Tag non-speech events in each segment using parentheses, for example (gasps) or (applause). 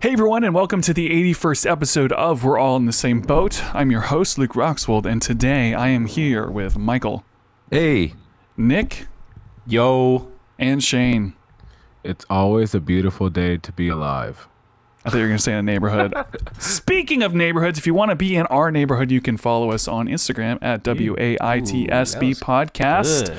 Hey everyone, and welcome to the 81st episode of We're All in the Same Boat. I'm your host, Luke Roxwold, and today I am here with Michael, Hey, Nick, yo. and Shane. It's always a beautiful day to be alive. I thought you were going to say in a (laughs) neighborhood. Speaking of neighborhoods, if you want to be in our neighborhood, you can follow us on Instagram at Ooh, WAITSB that Podcast.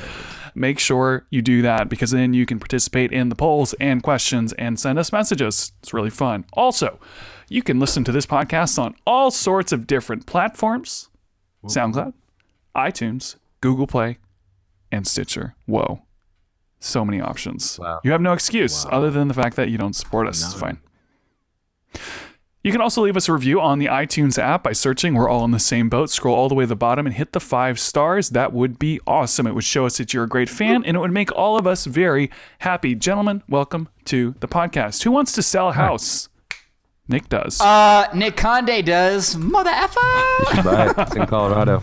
Make sure you do that because then you can participate in the polls and questions and send us messages. It's really fun. Also, you can listen to this podcast on all sorts of different platforms SoundCloud, iTunes, Google Play, and Stitcher. Whoa. So many options. Wow. You have no excuse other than the fact that you don't support us. It's fine. You can also leave us a review on the iTunes app by searching We're All in the Same Boat. Scroll all the way to the bottom and hit the five stars. That would be awesome. It would show us that you're a great fan and it would make all of us very happy. Gentlemen, welcome to the podcast. Who wants to sell a house? Nick does. Uh, Nick Conde does mother effer. Right, it's in Colorado.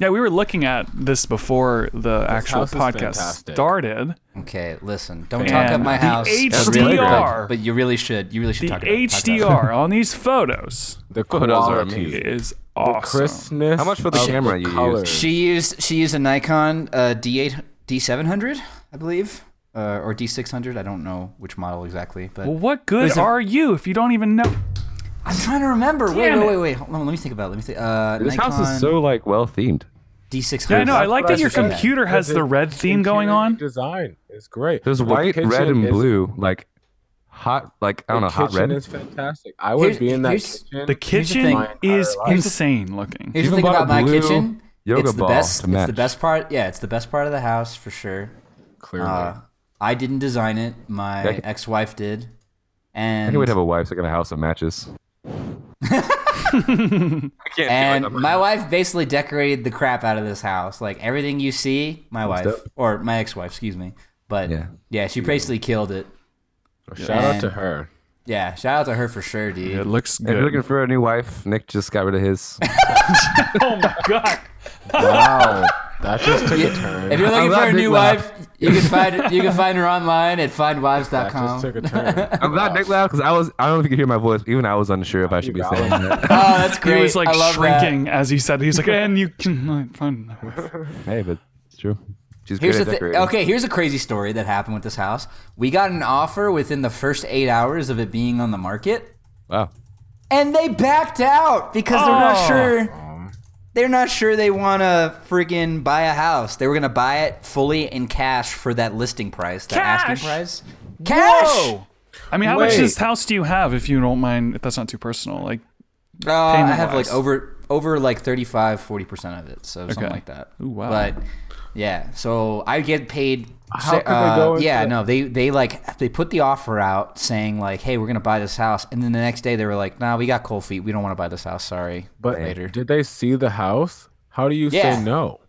yeah, we were looking at this before the actual house is podcast fantastic. started. okay, listen, don't talk up And my the house. HDR. That's really good, but you really should. You really should The talk about it. Talk about HDR on these photos The Oh, those are quality, amazing. is the awesome. crispness. How much for the of camera you colors. it. She used she used a Nikon uh, D8 D700, I believe, uh, or D600. I don't know which model exactly, but Well, what good There's a- are you if you don't even know? I'm trying to remember. Wait, Damn wait, it. wait, wait. Hold on, let me think about it. Let me think. Uh, This Nikon house is so like well themed. D600. Yeah, I know. I like what that I your said. computer has the red theme going Interior on. Design is great. There's The white, red, kitchen and is- blue. Like hot, like The I don't know, hot kitchen red. is fantastic. I would Here's- be in that here's- kitchen. The kitchen thing. is Entire life. insane looking. Here's the Even thing bought a about my blue kitchen. yoga it's the ball best. to it's match. the best part. Yeah, it's the best part of the house for sure. clearly. Ah, Uh, I didn't design it. My Yeah, I can- ex-wife did. I And think we'd have a wife that got a house that matches. I can't and my wife basically decorated the crap out of this house. Like everything you see, my wife dope. or my ex-wife, excuse me. But Yeah. yeah, she basically killed it. Shout out and- to (laughs) her. Yeah, shout out to her for sure, dude. It looks If you're looking good. for a new wife, Nick just got rid of his. Oh my god! Wow, that just took a turn. If you're looking love for a Big new Laugh. wife, you can (laughs) find you can find her online at that just findwives.com. took a (laughs) turn. I'm glad Nick laughed because I was. I don't know if you could hear my voice. Even I was unsure if I should be saying valid. that. Oh, that's great. (laughs) (laughs) He was like I love that. shrinking as he said. it. He's like, and you can like, find. (laughs) Hey, but it's true. She's Here's great the at thi- decorating. okay. Here's a crazy story that happened with this house. We got an offer within the first eight hours of it being on the market, Wow. and they backed out because they're Oh. not sure. They're not sure they want to friggin' buy a house. They were gonna buy it fully in cash for that listing price, that Cash? asking price. Cash. Whoa! I mean, how much of this Wait. house do you have? If you don't mind, if that's not too personal, like, Uh, I have Payment-wise. like over over like 35 40 percent of it, so something Okay. like that. Ooh, wow. But yeah, so I get paid. How could they uh, go into yeah, it? no, they they like they put the offer out saying like, hey, we're gonna buy this house, and then the next day they were like, nah, we got cold feet, we don't want to buy this house, sorry. But later did they see the house? How do you Yeah. say no?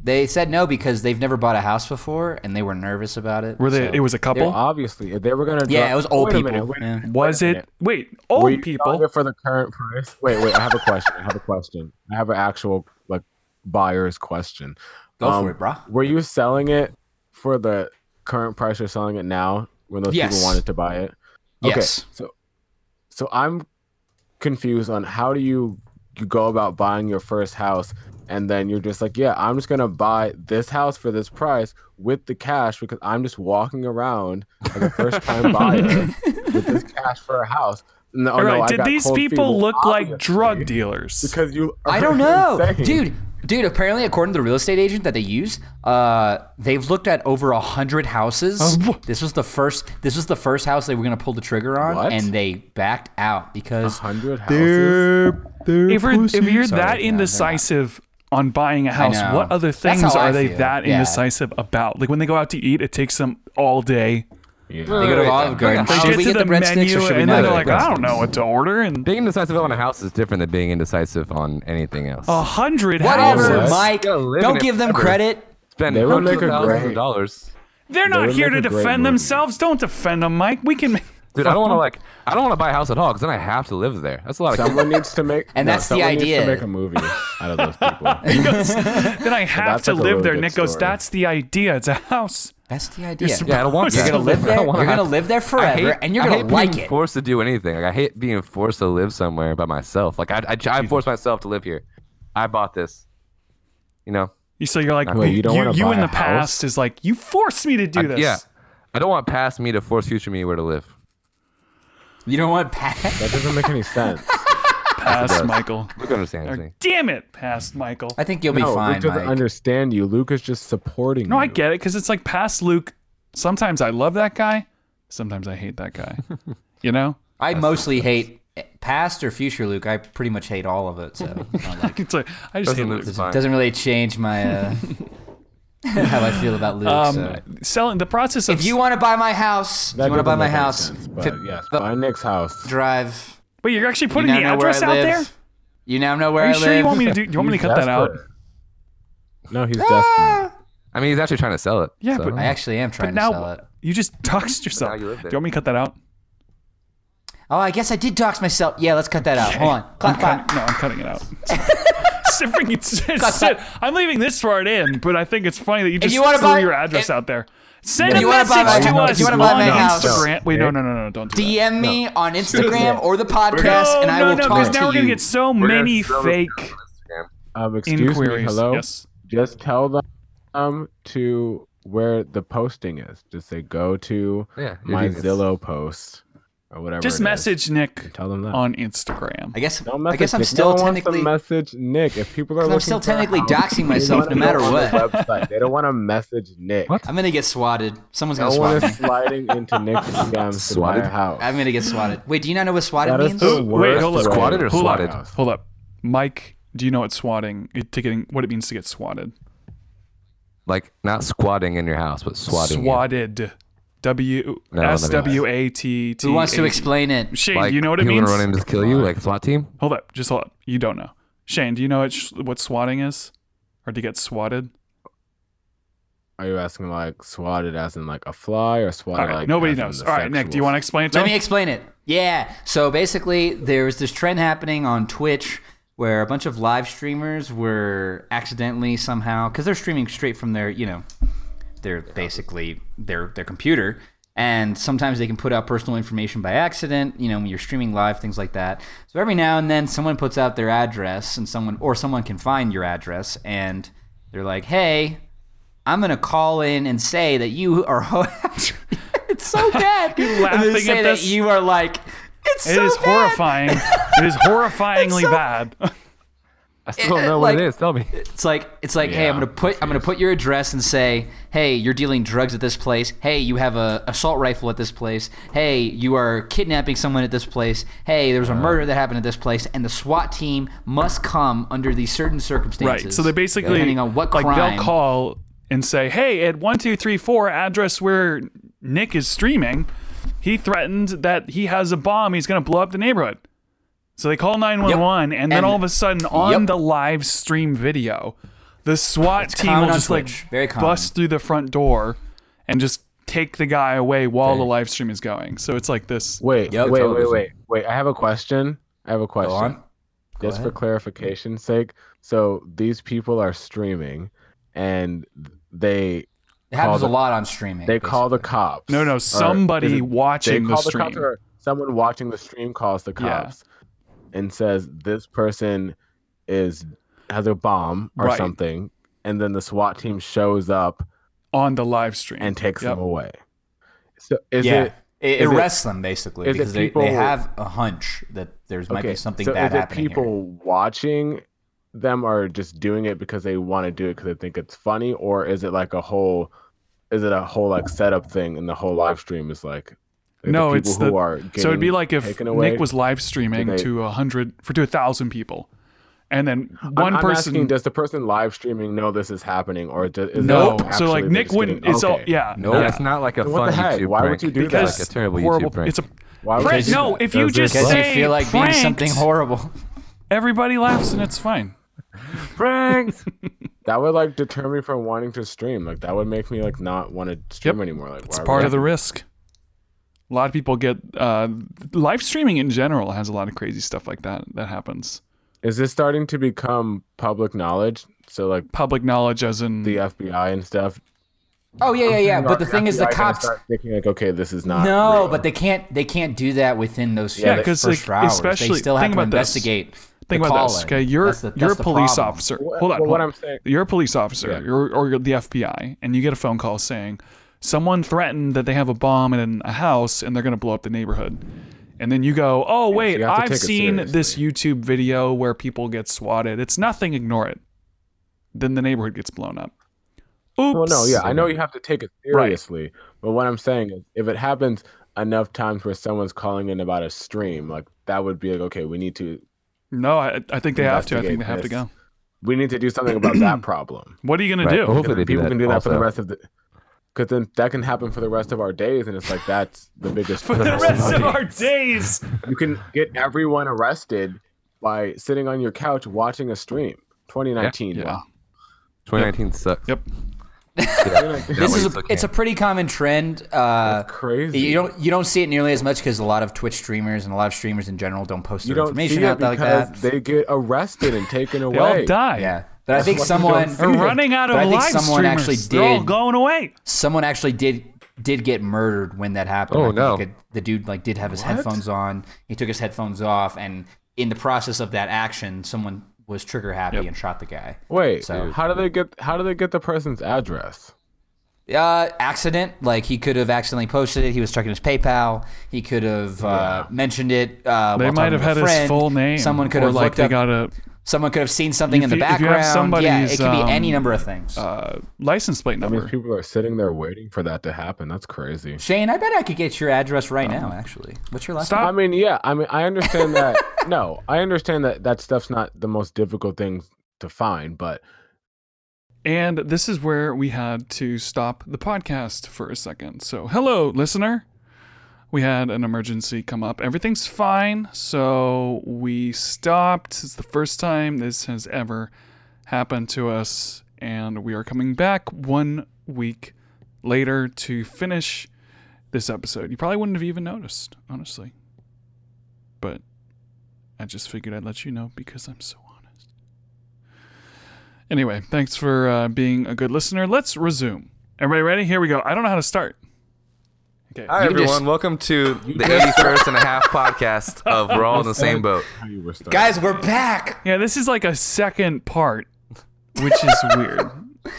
they said no because they've never bought a house before and they were nervous about it. were they? so- It was a Well, couple. obviously, if they were gonna. Yeah, drop- it was old Wait a people. minute, wait a yeah. minute. Was wait a it? minute. Wait, Were you old selling people. it for the current price? Wait, wait. I have a question. I have a question. I have an actual like buyer's question. Go Um, for it, brah. Were you selling it for the current price you're selling it now when those Yes. people wanted to buy it? Yes. So, so I'm confused on how do you you go about buying your first house and then you're just like, yeah, I'm just gonna buy this house for this price with the cash because I'm just walking around as a first (laughs) time buyer with this cash for a house. No, All right. no, I Did got these cold feet. people Well, look like obviously, drug dealers? Because you, I are (laughs) don't know, insane. dude. Dude, apparently, according to the real estate agent that they use, uh, they've looked at over a hundred houses. wha- this was the first. This was the first house they were gonna pull the trigger on, What? and they backed out because hundred houses. if, we're, if you're Sorry, that no, they're indecisive on buying a house, know. what other That's how things I are they feel. that Yeah. indecisive about? Like when they go out to eat, it takes them all day. they go to Olive Garden. They Should get Oh, we to get the the breadsticks menu or should we and not? then they're get like, the I don't breadsticks?" know what to order. And Being indecisive on a house is different than being indecisive on anything else. a hundred (laughs) Whatever, houses. What? Mike. Gotta live in Don't it give them forever. credit. Spend They would hundreds make of a thousands of great- dollars. They're They not would here to make a great defend movie. themselves. Don't defend them, Mike. We can (laughs) make. Dude, I don't want to like. I don't want to buy a house at all because then I have to live there. That's a lot of. Someone needs to make, And no, that's the someone needs idea. to make a movie out (laughs) of those people. Then I have that's to like a live really there. good Nick goes, story. that's the idea. It's a house. That's the idea. You're Yeah, I don't want You're that. gonna live (laughs) I there- don't wanna you're gonna have- live there I forever, hate- and you're I gonna hate like being it. Forced to do anything. Like I hate being forced to live somewhere by myself. Like I, I, I forced myself to live here. I bought this. You know. You- So you're like, Wait, you you, don't you, wanna in buy a the house? past is like, you forced me to do I- this. yeah. I don't want past me to force future me where to live. You know what, Pat? That doesn't make any sense. Past Michael. You can understand Or, me. damn it, past Michael. I think you'll be no, fine, Luke doesn't Mike. understand you. Luke is just supporting No, you. I get it because it's like past Luke. Sometimes I love that guy. Sometimes I hate that guy. you know, I mostly hate past or future Luke. I pretty much hate all (laughs) of it, so I like- it's like I just hate Doesn't Luke. Luke's fine. doesn't really change my (laughs) uh, how I feel about Luke. so. Um, selling the process of If you want to buy my house, if That you want doesn't to buy my make any house, sense, Fifth but yes, buy Nick's house. Drive. wait, you're actually You putting now the know where I address out live. there. You now know where Are I you live. sure you want me to do? You want me to cut that out? Ah! out? No, he's desperate. I mean, he's actually trying to sell it. Yeah, so. but I actually am trying But to sell now it. you just (laughs) doxed yourself. you live do there. you want me to cut that out? Oh, I guess I did dox myself. Yeah, let's cut that out. Hold on. Clap, I'm clap. cutting- no, I'm cutting (laughs) it out. (laughs) It's freaking- it's- it's- I'm leaving this part in, but I think it's funny that you just you threw wanna buy- your address if- out there. Send if a you wanna message buy my to us house- if you wanna on buy my house- Instagram. Wait, no, no, no, no, don't do that. DM me on Instagram or the podcast, no, and I Oh, no, will no, talk because now we're to gonna you. get so We're gonna many sell fake it on Instagram. Um, excuse inquiries. me. Hello. Yes. Just tell them um, to where the posting is. Just say go to Yeah, you're my genius. Zillow post or whatever. Just it is. message Nick Tell them that. on Instagram. I guess. Don't uh, I message guess I'm Nick. still no one wants to technically. message Nick. If people are I'm looking still for a technically house, doxing they myself wanna no matter go on what. the website. They don't want to message Nick. What? I'm gonna get swatted. Someone's No gonna one swat me. is sliding into (laughs) Nick's DMs to buy Swatted? a house. I'm gonna get swatted. Wait, do you not know what swatted That is means? the Wait, worst. hold up. way Squatted or to buy a swatted? house. Hold up, Mike. Do you know what swatting to getting what it means to get swatted? Like not squatting in your house, but swatting. you. Swatted. W No, let me- S W A T T. Who wants to A- explain it? Shane, Like do you know what it people means? gonna run in to kill you, like SWAT team. Hold up, just hold up. You don't know. Shane, do you know what, sh- what swatting is? Or to get swatted? Are you asking like swatted as in like a fly or swatted All right, like nobody as in knows. the All right, Nick, do you sexual- want to explain it to Let me him? explain it. Yeah. So basically, there was this trend happening on Twitch where a bunch of live streamers were accidentally somehow because they're streaming straight from their, you know, they're basically their their computer and sometimes they can put out personal information by accident you know when you're streaming live things like that so every now and then someone puts out their address and someone or someone can find your address and they're like hey i'm going to call in and say that you (laughs) are (laughs) ho- it's so bad you laughing at say this? that you are like it's It so is bad. horrifying. it (laughs) is horrifyingly so- bad. I still don't know like- what it is. Tell me. It's like it's like, hey, I'm gonna put I'm gonna put your address and say, hey, you're dealing drugs at this place. Hey, you have a assault rifle at this place. Hey, you are kidnapping someone at this place. Hey, there was a murder that happened at this place, and the SWAT team must come under these certain circumstances. Right. So they basically depending on what like crime. they'll call and say, "Hey, at one two three four address where Nick is streaming, he threatened that he has a bomb. He's going to blow up the neighborhood." So they call nine one one, and then And- all of a sudden, on Yep. the live stream video, the SWAT team common will on just like Twitch. Very common. bust through the front door and just take the guy away while the live stream is going. So it's like this. Wait, Yo, wait, wait, television. wait, wait. I have a question. I have a question. on. Go Just for ahead. clarification's sake, so these people are streaming, and they it happens call a the- lot on streaming. they call the cops. No, no, Or somebody is it- they watching the call the stream. cops, or someone watching the stream calls the Yeah. cops and says this person is has a bomb or Right. something, and then the SWAT team shows up on the live stream and takes Yep. them away. So is yeah. it is it, it- arrests them basically is it because they, people- they have a hunch that there's might be something so bad is it happening. here. people watching them are just doing it because they want to do it because they think it's funny, or is it like a whole, is it a whole like setup thing, and the whole live stream is like, the No, people it's who the- are So it'd be getting like if taken away? Nick was live streaming they- to a hundred for to a thousand people, and then I'm- one I'm person. asking, does the person live streaming know this is happening, or do, is no, it like so actually like they're Nick just wouldn't. getting- It's all okay. yeah. No, yeah. that's not like a What the fun heck? YouTube Why would prank. you do It's like that? a terrible horrible. YouTube prank. It's a Why would prank. you do No, that? if you Does just it- because you say feel like pranked, being something horrible. everybody laughs and it's fine. pranks. (laughs) that would like deter me from wanting to stream. Like that would make me like not want to stream anymore. Like It's part of the risk. A lot of people get uh, live streaming in general has a lot of crazy stuff like that that happens. Is this starting to become public knowledge? So like Public knowledge, as in the FBI and stuff Oh yeah, yeah, yeah. But the thing is, the FBI gonna cops. start thinking like, okay, this is not. No, real. but they can't. They can't do that within those Yeah, yeah, 'cause, first like, four hours. especially- they still have think to about this. investigate. Think the about this, calling. okay? You're That's the- you're a that's the police problem. officer. Well, hold on. well, what hold on. I'm saying- You're a police officer. You're or you're the FBI, and you get a phone call saying someone threatened that they have a bomb in a house and they're going to blow up the neighborhood. And then you go, oh wait, you have to I've take it seen this YouTube video where people get swatted. It's nothing. Ignore it. Then the neighborhood gets blown up. Oops. Well, no, yeah, I know you have to take it Right. seriously, but what I'm saying is, if it happens enough times where someone's calling in about a stream, like that would be like, okay, we need to, No, I, I think they have to. I think Investigate they have to this. go. we need to do something about that problem. What are you going Right. to do? Oh. And Hopefully then they do people that can do that for the also. rest of the. Because then that can happen for the rest of our days, and it's like that's the biggest. (laughs) (laughs) For the (laughs) problem. rest of our (laughs) days. you can get everyone arrested by sitting on your couch watching a stream. 2019. Yeah. wow. 2019 sucks. Yep. This is a, okay. it's a pretty common trend. Uh, crazy. you don't you don't see it nearly as much because a lot of Twitch streamers and a lot of streamers in general don't post You their don't information see it out there like because that. they get arrested and taken away. They all die. yeah, but I think why you don't someone see They're running out of But I think live someone streamers. actually They're all did- going away. someone actually did did get murdered when that happened. Oh, I think no. it- the dude like did have his headphones on. He took his headphones off, and in the process of that action, someone was trigger happy and shot the guy. Wait, So- how do they get how do they get the person's address? Uh, accident. Like he could have accidentally posted it. He was checking his PayPal. He could have uh, mentioned it. Uh, They while might have talking to a had his friend. full name. Someone could or have like looked they up. got a someone could have seen something in the you- if you have background. yeah, it somebody's, could be any um, number of things. uh, license plate I mean, number. people are sitting there waiting for that to happen. That's crazy. Shane, I bet I could get your address right now. Actually, what's your last? Stop. I mean, yeah, I mean, I understand (laughs) that. no, I understand that that stuff's not the most difficult thing to find, but And this is where we had to stop the podcast for a second. So, hello, listener. We had an emergency come up. Everything's fine. So, we stopped. It's the first time this has ever happened to us. And we are coming back one week later to finish this episode. You probably wouldn't have even noticed, honestly. But I just figured I'd let you know because I'm so honest. Anyway, thanks for uh, being a good listener. Let's resume. Everybody ready? Here we go. I don't know how to start. Okay. Hi, You everyone. just- Welcome to the 81st and a half podcast of We're All in the Same Boat. how you were starting. Guys, we're back. Yeah, this is like a second part, which (laughs) is weird.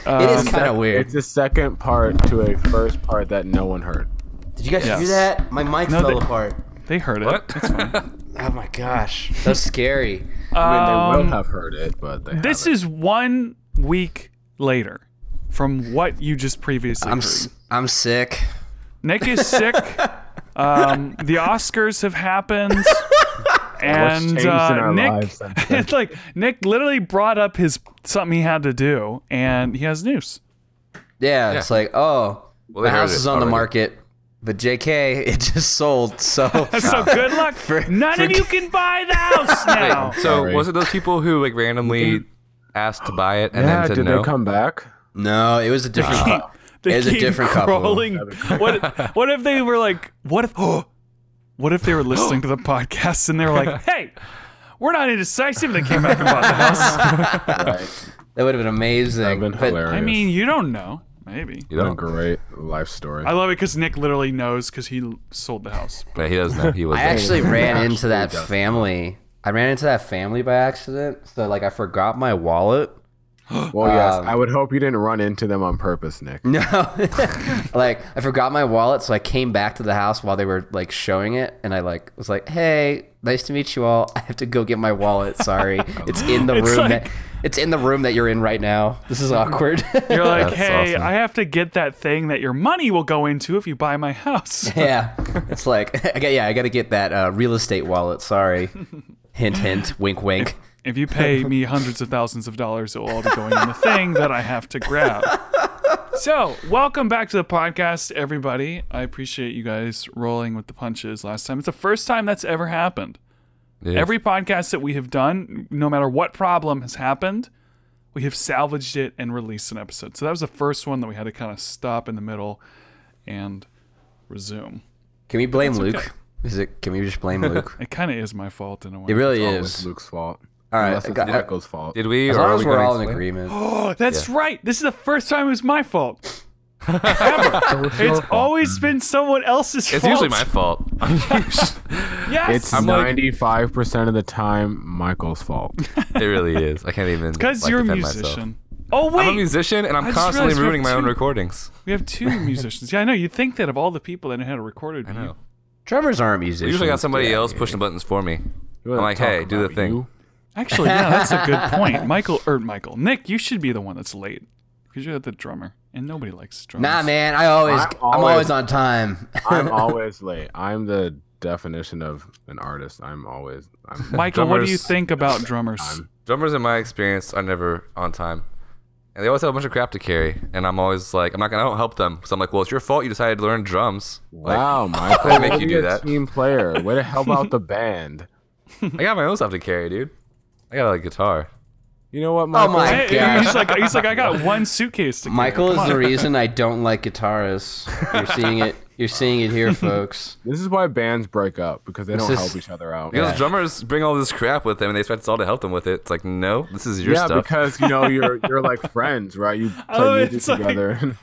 Uh, it is kind of weird. it's the second part to a first part that no one heard. Did you guys Yeah. hear that? My mic No, fell they- apart. They heard it. It's fine. Oh my gosh. That's scary. I mean, they Um, will have heard it, but they This haven't. is one week later from what you just previously I'm heard. s- I'm sick. Nick (laughs) is sick. um, the Oscars have (laughs) happened. And changed in uh, our Nick, lives since (laughs) then? it's like Nick literally brought up his something he had to do, and he has news. Yeah, it's like, oh, Well, they my house heard it is on the already. market, but JK, (laughs) it just sold. (laughs) So (laughs) So good luck. None of (laughs) for- you can buy the house (laughs) now. So, Sorry. was it those people who like randomly asked to buy it and yeah, then did said no? they come back? no, it was a different. cou- They It's a came different couple. (laughs) crawling- What, what if they were like? What if? (gasps) what if they were listening (gasps) to the podcast and they were (laughs) like, "Hey, we're not indecisive." They came back and bought the (laughs) house. That would have been amazing. I've been but hilarious. I mean, you don't know. Maybe You Been a don't? great life story. I love it because Nick literally knows because he l- sold the house. Yeah, he doesn't know. He was I there. actually ran into that doesn't. family. I ran into that family by accident. So like I forgot my wallet. (laughs) well, yes, I would hope you didn't run into them on purpose, Nick. No, (laughs) like I forgot my wallet, so I came back to the house while they were like showing it, and I like was like, "Hey, nice to meet you all. (laughs) I have to go get my (laughs) wallet. Sorry, it's in the It's room like- that it's in the room that you're in right now. This is awkward." (laughs) You're like, That's "Hey, awesome. I have to get that thing that your money will go into if you buy my house." (laughs) yeah, it's like, (laughs) I got, yeah, I got to get that uh, real estate wallet. Sorry, hint, hint, wink, wink. If you pay me hundreds of thousands of dollars, it will all be going in the thing that I have to grab. So, welcome back to the podcast, everybody. I appreciate you guys rolling with the punches last time. It's the first time that's ever happened. Yeah. Every podcast that we have done, no matter what problem has happened, we have salvaged it and released an episode. So, that was the first one that we had to kind of stop in the middle and resume. Can we blame That's Luke? okay. Is it? Can we just (laughs) blame Luke? It kind of is my fault in a way. it really It's always is. Luke's fault. All right, Unless I it's got- Michael's fault. Did we? as or long are as we we're gonna all in explain? agreement. (laughs) Oh, that's right. This is the first time it was my fault. Ever. it's always been someone else's Mm-hmm. It's fault. usually my fault. Yes. It's ninety five percent of the time Michael's fault. (laughs) it really is. I can't even. because like, you're a defend myself. musician. Oh wait, I'm a musician, and I I'm just constantly realized we have ruining my own two- recordings. we have two (laughs) musicians. Yeah, I know. You'd think that of all the people that know how to record, it would I be you. know. Drummers aren't I musicians. usually got Get somebody outta else here. pushing buttons for me. You I'm wanna like, talk hey, do the about thing. you? Actually, yeah, that's a good (laughs) point. Michael or Michael, Nick, you should be the one that's late because you're the drummer, and nobody likes drummers. Nah, Ah, man. I always, I'm I'm always, always- on time. I'm always late. I'm the definition of an artist. I'm always. (laughs) I'm, Michael, what do you Drummers- think about drummers? I'm- Drummers, in my experience, are never on time, and they always have a bunch of crap to carry. And I'm always like, I'm not gonna I don't help them because I'm like, well, it's your fault you decided to learn drums. Like, wow, (laughs) Michael, I make way you to be do a that. Team player. Way to help out (laughs) the band. I got my own stuff to carry, dude. I got a guitar. You know Oh, what, Michael? my- Hey, God. he's like, he's like, I (laughs) got one suitcase to carry. Michael Come is on." the reason I don't like guitarists. You're seeing it. You're seeing it here, folks. This is why bands break up because they This don't is- help each other out. Because Yeah. drummers bring all this crap with them, and they expect us all to help them with it. It's like, no, this is your yeah, stuff. because you know you're you're (laughs) like friends, right? You play Oh, music it's like- together.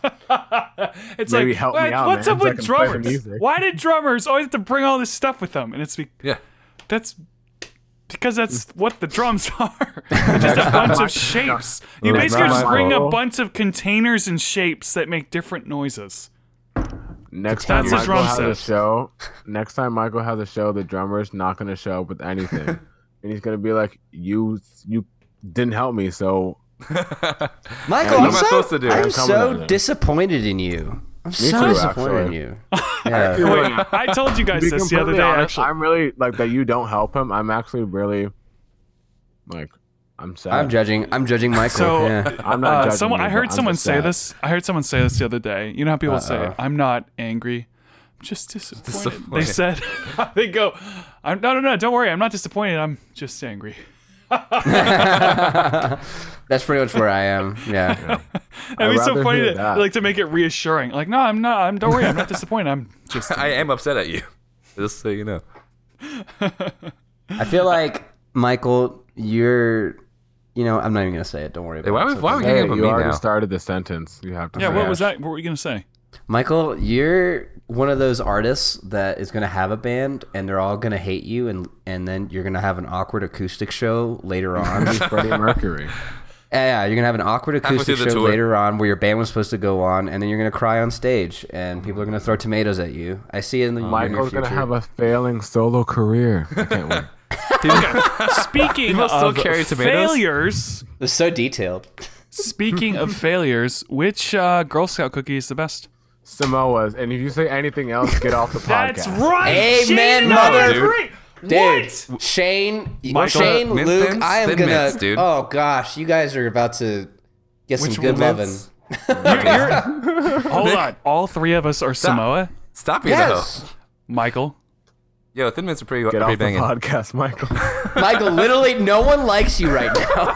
it's Maybe like, help me "What- out, what's man, up so I with can play the drummers? music." Why did drummers always have to bring all this stuff with them? And it's be- yeah, that's because that's what the drums (laughs) are. They're just a bunch of shapes. You That's basically not just my bring a fault. bunch of containers and shapes that make different noises. next time That's his Michael drum has a set. show, next time Michael has a show, the drummer's not gonna show up with (laughs) anything, and he's gonna be like, "You you didn't help me, so Michael, What I'm am I so, supposed to do? I'm I'm coming so at you. disappointed in you. I'm so too, disappointed actually. in you. Yeah. Wait, I told you guys be this the other completely day. honest, Actually, I'm really like that. You don't help him. I'm actually really like I'm sad. I'm judging. I'm judging Michael. So- yeah. I'm not Uh, judging someone, you, I but heard I'm someone just say sad. this. I heard someone say this the other day. You know how people say, "I'm not angry, I'm just disappointed." They said, (laughs) "They go, I'm, no, no, no, don't worry, I'm not disappointed. I'm just angry." That's pretty much where I am. Yeah. I mean, it's so rather funny hear that, that. like to make it reassuring. Like, no, I'm not. I'm don't worry, I'm not disappointed. I'm just. (laughs) I am upset at you. Just so you know. I feel like Michael, you're. You know, I'm not even gonna say it. Don't worry about Hey, why, it. are It's we, why are we okay. hanging Hey, up on you me already now? (laughs) started the sentence. You have to. yeah, say what it. (laughs) was that? What were you gonna say? Michael, you're one of those artists that is gonna have a band, and they're all gonna hate you, and and then you're gonna have an awkward acoustic show (laughs) later on. yeah, Freddie (laughs) Mercury. yeah, you're gonna have an awkward acoustic through the show tour. later on where your band was supposed to go on, and then you're gonna cry on stage, and people are gonna throw tomatoes at you. I see it in the Michael's near gonna future. have a failing solo career. I can't (laughs) wait. Speaking People still of carry tomatoes? failures, It's so detailed. speaking of failures, which uh, Girl Scout cookie is the best? Samoa's, and if you say anything else, get off the podcast. That's right. Amen, Gee, mother. number three. Dude, What? Shane, Michael- Shane, Mint Luke, mints? I am Thin gonna. mints, dude. Oh gosh, you guys are about to get Which some good mints? loving. You're- hold on. (laughs) All three of us are Samoa, Stop you Yes, (laughs) Michael. though. Yo, Thin Mints are pretty, Get off pretty the banging. podcast, Michael. Michael. Literally, no one likes you right now.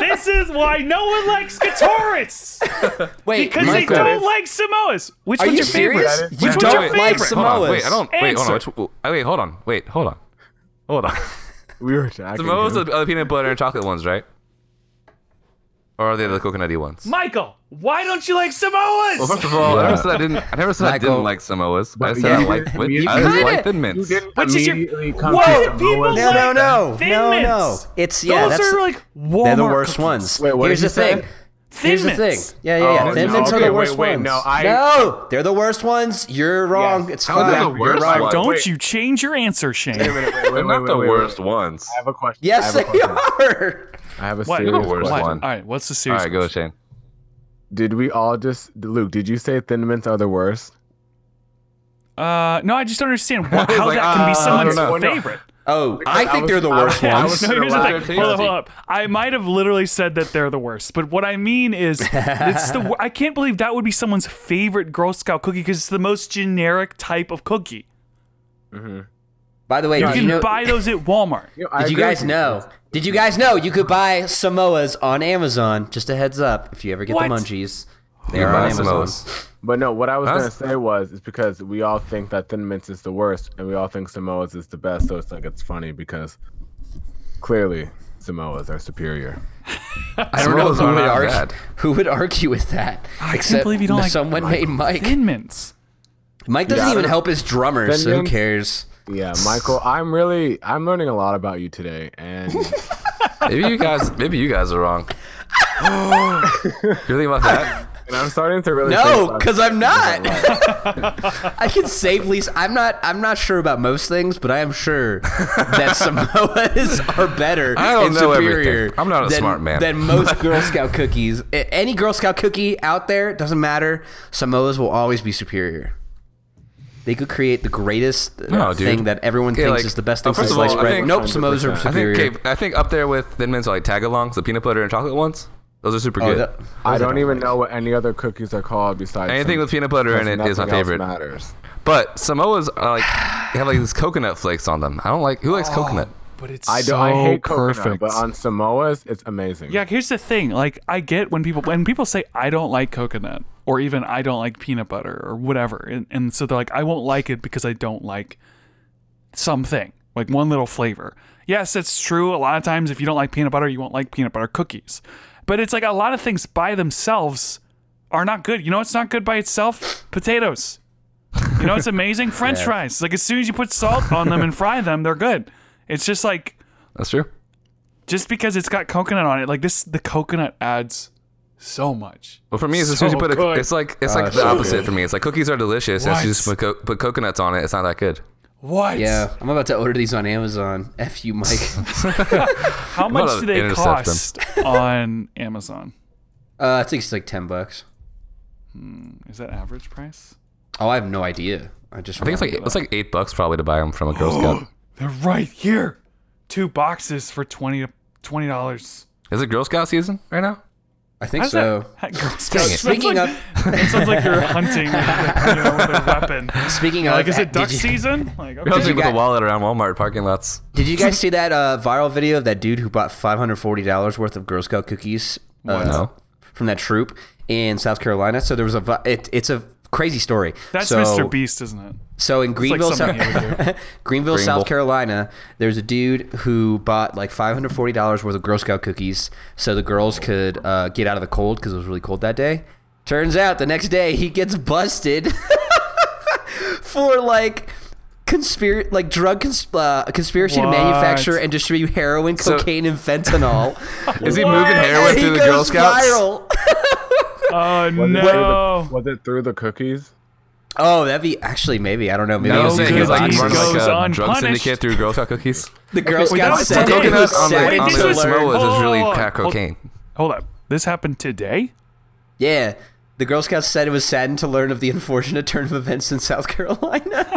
This is why no one likes guitarists Wait, because they Michael, don't like Samoas. Which are one's you your favorite? serious? Which You one's your don't like favorite? Hold on, Samoas. wait, I don't. Wait, hold on. Answer. Which, wait, hold on. Wait, hold on. Hold on. we were attacking Samoa's him. are the peanut butter and chocolate ones, right? Or are they the coconutty ones? Michael, why don't you like Samoas? Well, first of all, I never said I didn't. I never said I Michael. didn't like Samoas. I But said I you- like. you I kinda- just like Thin You Mints. didn't Which is your- immediately come Whoa, to people Samoa's. No, no, no, Thin no, no. mints. It's yeah, Those that's are like Walmart. they're the worst cookies. ones. Wait, what Here's did the you thing. say? Thin Here's the thing. mints. Yeah, yeah, yeah. Oh, Thin no, mints are okay, the worst wait, wait, ones. no, I- Oh, no, they're the worst ones. You're wrong. It's How are they fine. the You're worst wrong. ones? Don't Wait. you change your answer, Shane? Wait a minute, (laughs) wait, They're wait, not wait, the wait, wait, worst wait. ones. I have a question. Yes, I they have a question. are. I have a What? serious The worst question. What? one. All right, what's the All serious? right, go, question? Shane. Did we all just Luke? Did you say Thin Mints are the worst? Uh, no, I just don't (laughs) understand wha- how like, that can uh, be someone's I don't know. favorite. Oh, I I think was- they're the I worst was- I ones. was- No, (laughs) here's the allowed to thing. Hold up, tasty. hold up. I might have literally said that they're the worst, but what I mean is, (laughs) it's the. wor- I can't believe that would be someone's favorite Girl Scout cookie because it's the most generic type of cookie. By the way, You did can you know? buy those at Walmart. You know, I Did you agree guys with know? Did you guys know you could buy Samoas on Amazon? Just a heads up, if you ever get What? the munchies, they You are buy on Amazon. Samoas. But no, what I was That's- gonna say was it's because we all think that Thin Mints is the worst, and we all think Samoa's is the best. So it's like it's funny because clearly Samoas are superior. I don't know Samoas who are would, not argue, bad. (laughs) who would argue with that. I can't believe you don't like someone made Mike. Thin Mints. Mike doesn't Yeah. even help his drummer, Thin so who Mints? cares? Yeah, Michael, I'm really I'm learning a lot about you today, and (laughs) Maybe you guys, maybe you guys are (gasps) wrong. you think about (laughs) that? and I'm starting to really think No, about- because I'm not. (laughs) I can safely. s- I'm not. I'm not sure about most things, but I am sure that (laughs) Samoas are better I don't and know superior. everything. I'm not a than, smart man. Than (laughs) most Girl Scout cookies. A- Any Girl Scout cookie out there doesn't matter. Samoas will always be superior. They could create the greatest uh, No, dude. thing that everyone Yeah, thinks like- is the best oh, thing first since of all, sliced I bread. think- Nope, Samoas are 100%. I superior. think, okay, I think up there with Thin Mints are like tagalongs, the peanut butter and chocolate ones. Those are super Oh, good. that- I don't even know what any other cookies are called besides Anything some- with peanut butter in because it is my nothing else favorite. Matters. But Samoas are like they have like these coconut flakes on them. I don't like who Oh. likes coconut. But it's I do. so I hate perfect. coconut, but on Samoa's, it's amazing. yeah, here's the thing. Like, I get when people when people say I don't like coconut, or even I don't like peanut butter, or whatever, and, and so they're like, I won't like it because I don't like something, like one little flavor. Yes, it's true. A lot of times, if you don't like peanut butter, you won't like peanut butter cookies. But it's like a lot of things by themselves are not good. You know, it's not good by itself. Potatoes. You know, it's amazing. French fries. Like as soon as you put salt on them and fry them, they're good. It's just like That's true. just because it's got coconut on it, like this, the coconut adds so much. Well, for me, it's as soon as you So put a, good. it's like Ah, it's like the opposite for me. It's like cookies are delicious. And as soon as you just put, co- put coconuts on it, it's not that good. What? yeah, I'm about to order these on Amazon. F (laughs) you, Mike. How much gonna do they intercept cost on Amazon? uh, I think it's like ten bucks. Is that average price? Oh, I have no idea. I just I think it's like it's like eight bucks probably to buy them from a Girl (gasps) Scout. They're right here. Two boxes for twenty twenty dollars. Is it Girl Scout season right now? I think so. That, Girl Scouts. Sounds Speaking like, that sounds like you're hunting (laughs) with, a- you know, with a weapon. Speaking of, Like, is it did duck you- season? Like, Girl okay. Scout with got- a wallet around Walmart parking lots. Did you guys see that uh, viral video of that dude who bought five hundred forty dollars worth of Girl Scout cookies uh, No. from that troop in South Carolina? So there was a vi- it, it's a crazy story. That's so, Mr. Beast, isn't it? So in Greenville, something South, (laughs) he would Greenville, Greenville. South Carolina, there's a dude who bought like $540 worth of Girl Scout cookies so the girls could uh, get out of the cold because it was really cold that day. Turns out the next day he gets busted (laughs) for like conspiracy, like drug cons- uh, conspiracy What? to manufacture and distribute heroin, So- cocaine, and fentanyl. Is he What? (laughs) moving heroin And he through the goes Girl Scouts? viral. (laughs) Oh Was it, no! through the, was it through the cookies? Oh, that'd be actually maybe I don't know. Maybe You know it what was I'm saying? in He's like goodney boxes. running goes like a drug unpunished. syndicate through Girl Scout cookies. the Girl wait, that Scouts was said today. it was Coconuts on the Wait, Saturday. on this the was- Samoas hold is really on, crack hold- cocaine. Hold up. This happened today. Yeah. The Girl Scouts said it was saddened to learn of the (laughs) unfortunate turn of events in South (laughs) Carolina.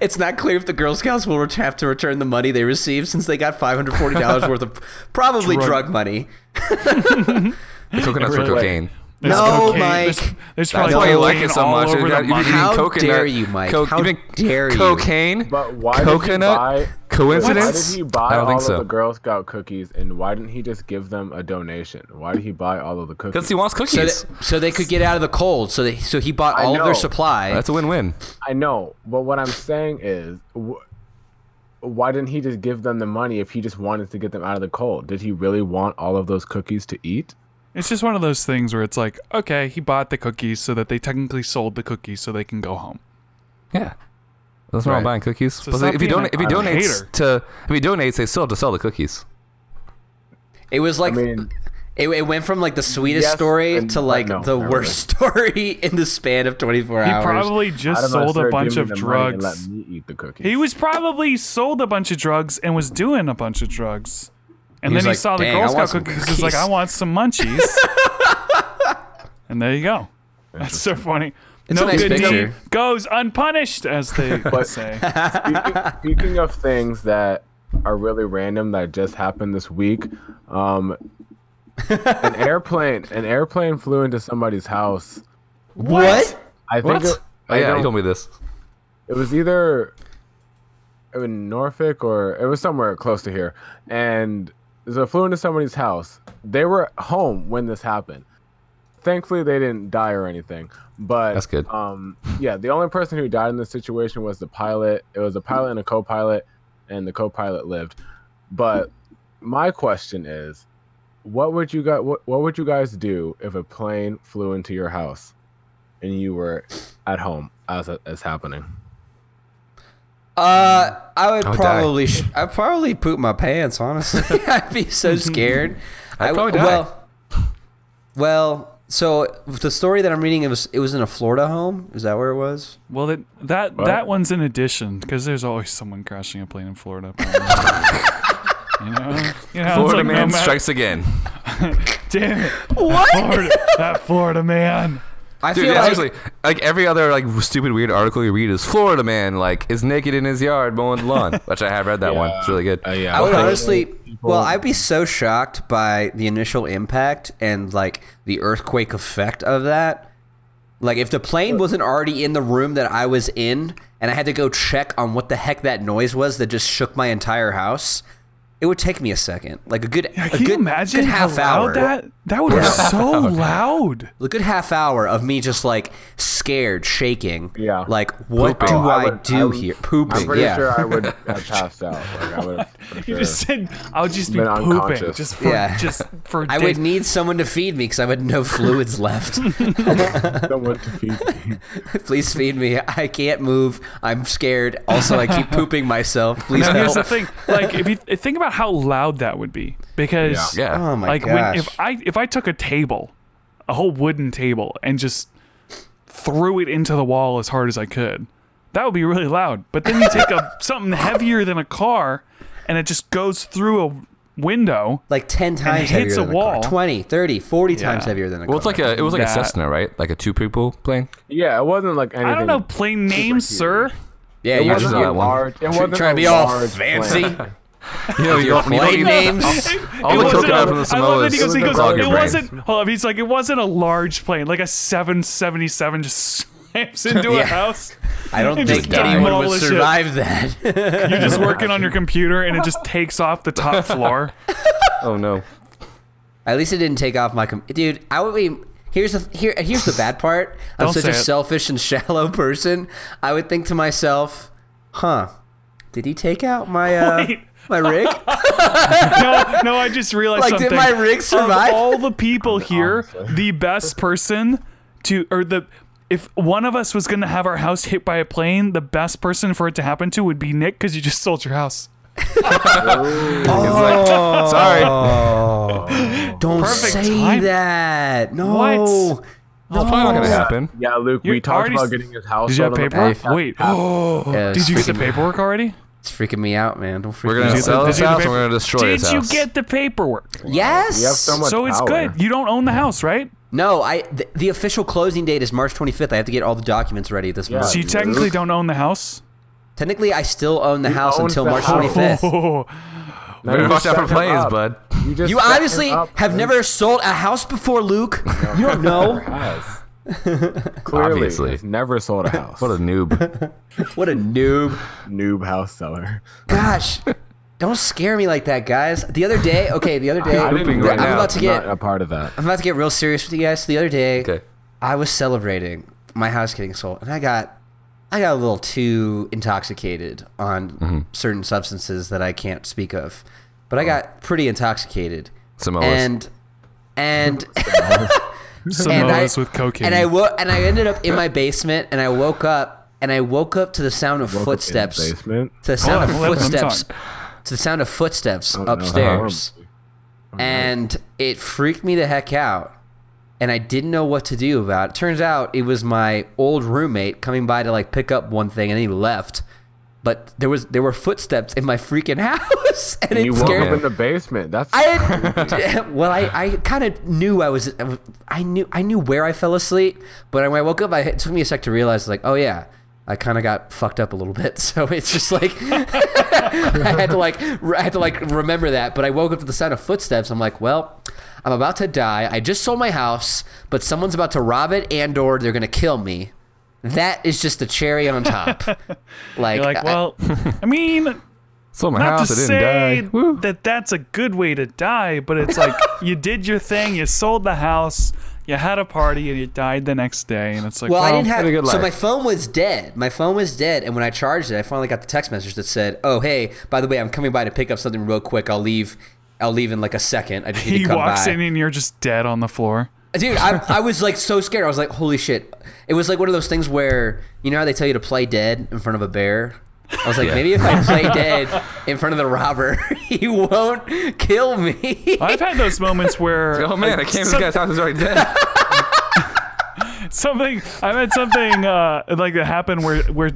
it's not clear if the Girl Scouts will ret- have to return the money they received since they (laughs) got $540 worth of probably drug, Drug. money. Coconuts for Really? cocaine. There's No, cocaine- Mike. There's, there's That's probably why you like cocaine it so all much. over You're, the not- you're mic. eating How coconut. dare you, Mike? Coke- How you've been- dare you? Cocaine. But why coconut. did he buy? Coincidence? Why did he buy I don't all think of so. the Girl Scout cookies, and why didn't he just give them a donation? Why did he buy all of the Because cookies? he wants So, cookies. that, so they could get out of the cold. So they, so he bought all of know. their supply. That's a win-win. I know, but what I'm saying is, wh- why didn't he just give them the money if he just wanted to get them out of the cold? Did he really want all of those cookies to eat? It's just one of those things where it's like, okay, he bought the cookies so that they technically sold the cookies so they can go home. Yeah. That's wrong Right. buying cookies. So But stop if he being donate, a- if he I'm a donates hater. to, if he donates, they still have to sell the cookies. it was like, mean- it, it went from like the sweetest Yes story and- to like no, the not worst (laughs) story in the span of 24 He hours. probably Adam just sold Lester, a give bunch me of the money and drugs. Let me eat the cookies. He was probably sold a bunch of drugs and was doing a bunch of drugs. And He then was he saw like, the "Dang, I Girl want Scout some cookies. He's like, cookies." I want some (laughs) munchies. and there you go. That's so funny. It's no a nice good picture. deed goes unpunished, as (laughs) they say. (laughs) speaking, speaking of things that are really random that just happened this week, um, (laughs) an airplane an airplane flew into somebody's house. what? I think What? It, Oh I yeah, don't- you told me this. it was either in Norfolk or it was somewhere close to here, and so it flew into somebody's house. They were home when this happened. Thankfully, they didn't die or anything. But That's good. Um, yeah, the only person who died in this situation was the pilot. It was a pilot and a co-pilot, and the co-pilot lived. But my question is, what would you guys what, what would you guys do if a plane flew into your house and you were at home as as happening? Uh, I would I would probably, sh- I probably poop my pants. Honestly, (laughs) I'd be (laughs) so scared. I'd w- probably die. Well, well, so the story that I'm reading it was it was in a Florida home. Is that where it was? Well, that that, What? that one's an addition because there's always someone crashing a plane in Florida. probably. (laughs) you know, you know, it's Florida like, no man matter- strikes again. Damn it, What? Florida, that Florida man. I Dude, feel yeah, like seriously, like every other like stupid weird article you read is Florida man like is naked in his yard mowing the lawn, which I have (laughs) read that one. It's really good. Uh, yeah. I would Like, honestly. Well, I'd be so shocked by the initial impact and like the earthquake effect of that. Like, if the plane wasn't already in the room that I was in, and I had to go check on what the heck that noise was that just shook my entire house, it would take me a second, like a good, Yeah, a can good, you imagine good half how loud hour, that that would be so loud? a good half hour of me just like scared, shaking. Yeah. Like, what Pooping. do I I, would- I do would- here? I'm Pooping. pretty yeah. sure I (laughs) would have passed out. Like, I would have for You sure. just said I would just be Been pooping, unconscious. just for Yeah. just for. I days. would need someone to feed me because I would have no (laughs) fluids left. someone to feed me. Please feed me. I can't move. I'm scared. Also, I keep pooping (laughs) myself. Please Now, help. here's the thing: like, if you think about how loud that would be, because Yeah. Oh my like gosh. when if I if I took a table, a whole wooden table, and just threw it into the wall as hard as I could, that would be really loud. But then you take (laughs) a something heavier than a car, and it just goes through a window. like 10 times heavier hits a than a wall. car. 20, 30, 40 times Yeah. heavier than a Well, car. it's like a it was like a That- Cessna, right? Like a two people plane. Yeah, it wasn't like anything. I don't know plain names, sir. yeah, It you're wasn't just a that one. large. It wasn't a trying to be all large fancy. plane. You know, you don't, you Plane don't need names. all the wasn't coconut a- from the I love that he Samoas. goes, he goes, Clog your it brain." wasn't. Hold up, he's like, it wasn't a large plane, like a 777 just (laughs) slams into Yeah. a (laughs) house. I don't It think just anyone would demolishes it. survive that. (laughs) You're just working on your computer, and it just takes off the (laughs) top floor. Oh no. At least it didn't take off my com- dude. I would be. Here's the here. Here's the bad part. I'm Don't such say a it. selfish and (laughs) shallow person. I would think to myself, "Huh? Did he take out my uh, Wait. my rig? no, no, I just realized Like, something. did my rig survive? Of all the people here, the best person to, or the, if one of us was going to have our house hit by a plane, the best person for it to happen to would be Nick because you just sold your house. He's like, Oh, sorry. Don't Perfect say time. that. No. What? That's probably not gonna happen. Yeah, Luke, You we talked already about s- getting his house. Did you have sold on the paperwork? podcast. Wait. Oh, Yeah, did you get the speaking- (laughs) paperwork already? It's freaking me out, man. Don't freak We're me gonna out. sell Did this you get the house. and paper- We're gonna destroy Did this you house. get the paperwork? Yes. You have so much So it's power. good. You don't own the house, right? no, I. The, the official closing date is March 25th. I have to get all the documents ready this month. So you technically don't own the house. Technically, I still own the house own until the March house. (laughs) 25th. (laughs) Oh, No, Better you watch just out for set him planes, up. bud. just You set him obviously up, have man. never sold a house before, Luke. You don't (laughs) know. (laughs) Has. Clearly, Obviously. has never sold a house. What a noob. what a noob. noob house seller. Gosh. Don't scare me like that, guys. The other day, okay, the other (laughs) day, I didn't Pooping I'm right now. about to get Not a part of that. I'm about to get real serious with you guys. So the other day, Okay. I was celebrating my house getting sold, and I got I got a little too intoxicated on Mm-hmm. certain substances that I can't speak of, but Oh. I got pretty intoxicated, Samoas. and (laughs) and Samoas with cocaine. And I wo- and I ended up in my basement, and I woke up, and I woke up to the sound of Woke up in the footsteps, to basement. the sound on, of let them footsteps, talk. to the sound of footsteps Oh, no, that's upstairs, horrible. Oh, and it freaked me the heck out, and I didn't know what to do about it. Turns out it was my old roommate coming by to like pick up one thing, and he left. But there was there were footsteps in my freaking (laughs) house, and, And you it woke scared up me. in the basement. That's I (laughs) had, well, I, I kind of knew I was, I knew, I knew where I fell asleep, but when I woke up, I, it took me a sec to realize, like, oh yeah, I kind of got fucked up a little bit. (laughs) So it's just like, I had to like, re- I had to like remember that. But I woke up to the sound of footsteps. I'm like, well, I'm about to die. I just sold my house, but someone's about to rob it and/or they're gonna kill me. That is just the cherry on top. (laughs) like, You're (laughs) I- like, well, I mean, Sold my not to house. I say didn't die. Woo. that that's a good way to die, but it's (laughs) like you did your thing, you sold the house, you had a party, and you died the next day, and it's like, Well, well, I didn't had a good have. So life. my phone was dead. My phone was dead, and when I charged it, I finally got the text message that said, "Oh, hey, by the way, I'm coming by to pick up something real quick. I'll leave. I'll leave in like a second. I just need (laughs) He to come walks by. in and you're just dead on the floor. (laughs) Dude, I, I was like so scared. I was like, holy shit. It was like one of those things where, you know how they tell you to play dead in front of a bear? I was like, maybe if I play dead in front of the robber, (laughs) he won't kill me. I've had those moments where (laughs) Oh man, I came to this guy's house. He's already dead. (laughs) something I've had something uh, like that happen where where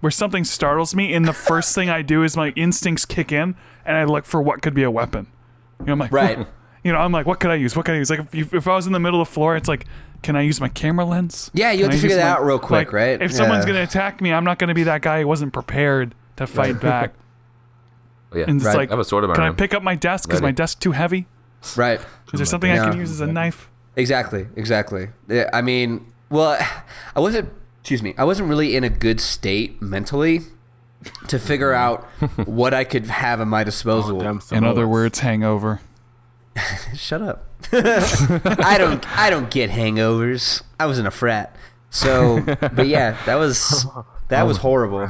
where something startles me and the first thing I do is my instincts kick in and I look for what could be a weapon. You know, I'm like Right. (laughs) You know, I'm like, what could I use? What could I use? Like, if, you, if I was in the middle of the floor, it's like, can I use my camera lens? Yeah, you Can have I to figure use that my- out real quick, like, right? If someone's Yeah. gonna attack me, I'm not gonna be that guy who wasn't prepared to fight (laughs) back. Oh, Yeah, And it's Right. like, I have a sword in my can I room. pick up my desk? Is my Ready. desk too heavy? Right. Is there something I God. can use as a knife? Exactly. Exactly. Yeah, I mean, well, I wasn't, excuse me, I wasn't really in a good state mentally (laughs) to figure out what I could have at my Oh, disposal. Damn In other Samoans. words, hangover. Shut up. (laughs) I don't I don't get hangovers. I was in a frat. So but yeah, that was that Oh, was horrible.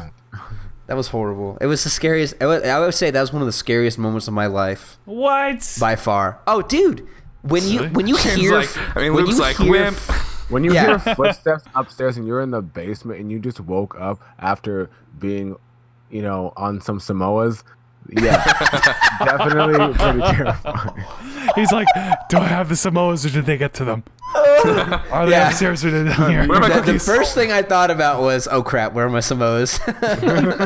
That was horrible. It was the scariest I would, I would say that was one of the scariest moments of my life What? by far. Oh dude, when you (laughs) when you He's hear like, I mean, when Luke's you like, hear- wimp. When you Yeah. hear (laughs) (laughs) footsteps upstairs and you're in the basement and you just woke up after being, you know, on some Samoas, (laughs) yeah, definitely pretty terrifying. He's like, do I have the Samoas or did they get to (laughs) them? Are they Yeah. upstairs or did (laughs) they down here? Where am I the, the cookies? first thing I thought about was, oh crap, where are my Samoas? (laughs)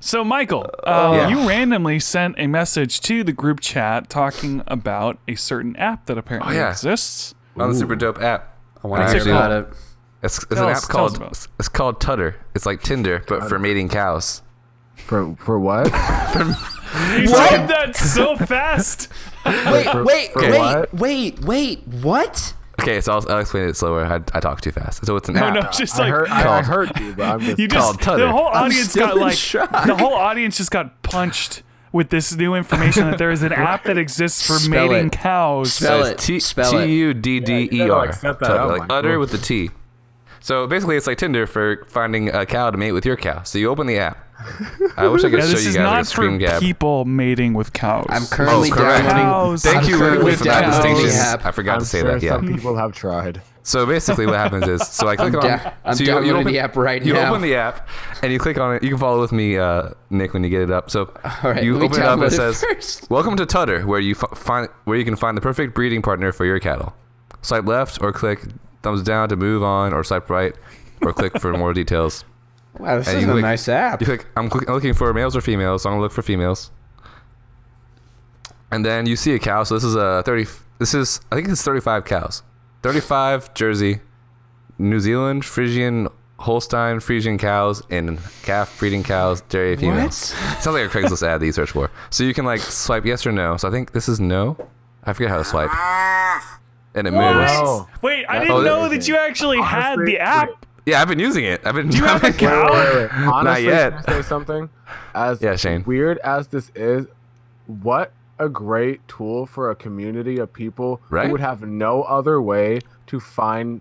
So, Michael, uh, Oh, you randomly sent a message to the group chat talking about a certain app that apparently Oh, yeah. exists. On the super dope app. I want to Actually, hear about it. It's, it's Tell an us- app tell us called about it. it's called Tutter. It's like Tinder, but for mating cows. For for what? You said that so (laughs) fast. Wait, wait, for wait, what? wait, wait, what? Okay, so I'll, I'll explain it slower. I, I talk too fast. So it's an No, app. no, it's just like I heard I, I heard you, but I'm just you just called Tether. the whole audience still got in like shock. the whole audience just got punched with this new information that there is an app that exists for Spell mating it. cows. Spell it. T Spell it. T U D D you E gotta, like, R. set that Tutter, up, Like Michael. utter with the T. So basically, it's like Tinder for finding a cow to mate with your cow. So you open the app. I wish (laughs) I could Yeah, show this you is guys like a not screen for grab. people mating with cows. I'm currently Oh, correct. downloading. Cows. Thank I'm you, currently Luke, for that downloading distinction. the app. I forgot I'm to say sure that. Yeah. some people have tried. So basically, what happens is, so I click on. da- I'm so you- you downloading open- the app right you now. open the app and you click on it. You can follow with me, uh, Nick, when you get it up. So right, you let me open it up. download It it says, first. "Welcome to Tutter, where you f- find where you can find the perfect breeding partner for your cattle." Swipe left or click thumbs down to move on, or swipe right or click for more details. Wow, this And is you a click- nice (laughs) app. You click. I'm click, looking for males or females. So I'm gonna look for females. And then you see a cow. So this is a 30. This is I think it's 35 cows. 35 Jersey, New Zealand, Frisian, Holstein, Frisian cows, and calf breeding cows, dairy females. Sounds like a Craigslist ad that you search for. So you can like swipe yes or no. So I think this is no. I forget how to swipe. And it moves. Oh. Wait, I That's didn't know amazing. that you actually had Honestly, the app. Yeah, I've been using it. (laughs) I've been. Do You have a cow. (laughs) Honestly, can yet. I say something. As Yeah, Shane. weird as this is, what a great tool for a community of people Right? who would have no other way to find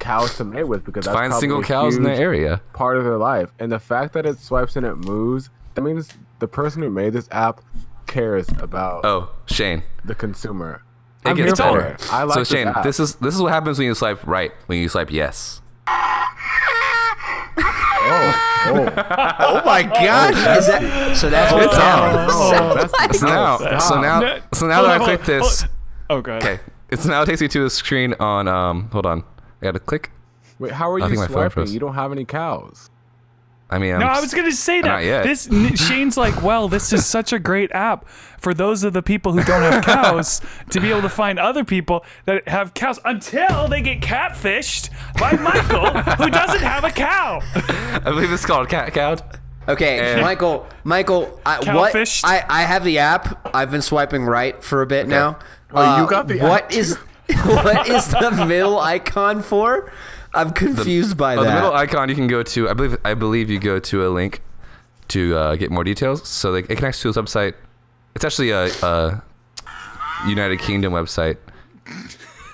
cows to mate with because that's Find probably single a cows in the huge area. part of their life. And the fact that it swipes and it moves, that means the person who made this app cares about Oh, Shane. the consumer. It I'm gets here for better. it. I like so this Shane, app. this is this is what happens when you swipe right. When you swipe yes. (laughs) Oh, oh. Oh my gosh! is that, so that's what It's on. Oh, It's now. So now. No, So now hold that I on, click hold on, this, hold on. Oh god. okay. It's now it takes me to a screen on. Um, hold on. I gotta click. Wait, how are I you think my phone swiping? froze. You don't have any cows. I mean, I'm No, I s- was gonna say that. Not yet. This n- Shane's like, well, this is such a great app for those of the people who don't (laughs) have cows to be able to find other people that have cows until they get catfished by Michael, who doesn't have a cow. (laughs) I believe it's called cat cowed. Okay, And- Michael. Michael, I, what? Cowfished? I, I have the app. I've been swiping right for a bit now. Uh, Oh, you got the app What is (laughs) what is the middle icon for? I'm confused by Oh, the that. middle icon you can go to. I believe. I believe you go to a link to uh, get more details. So like, it connects to a website. It's actually a, a United Kingdom website.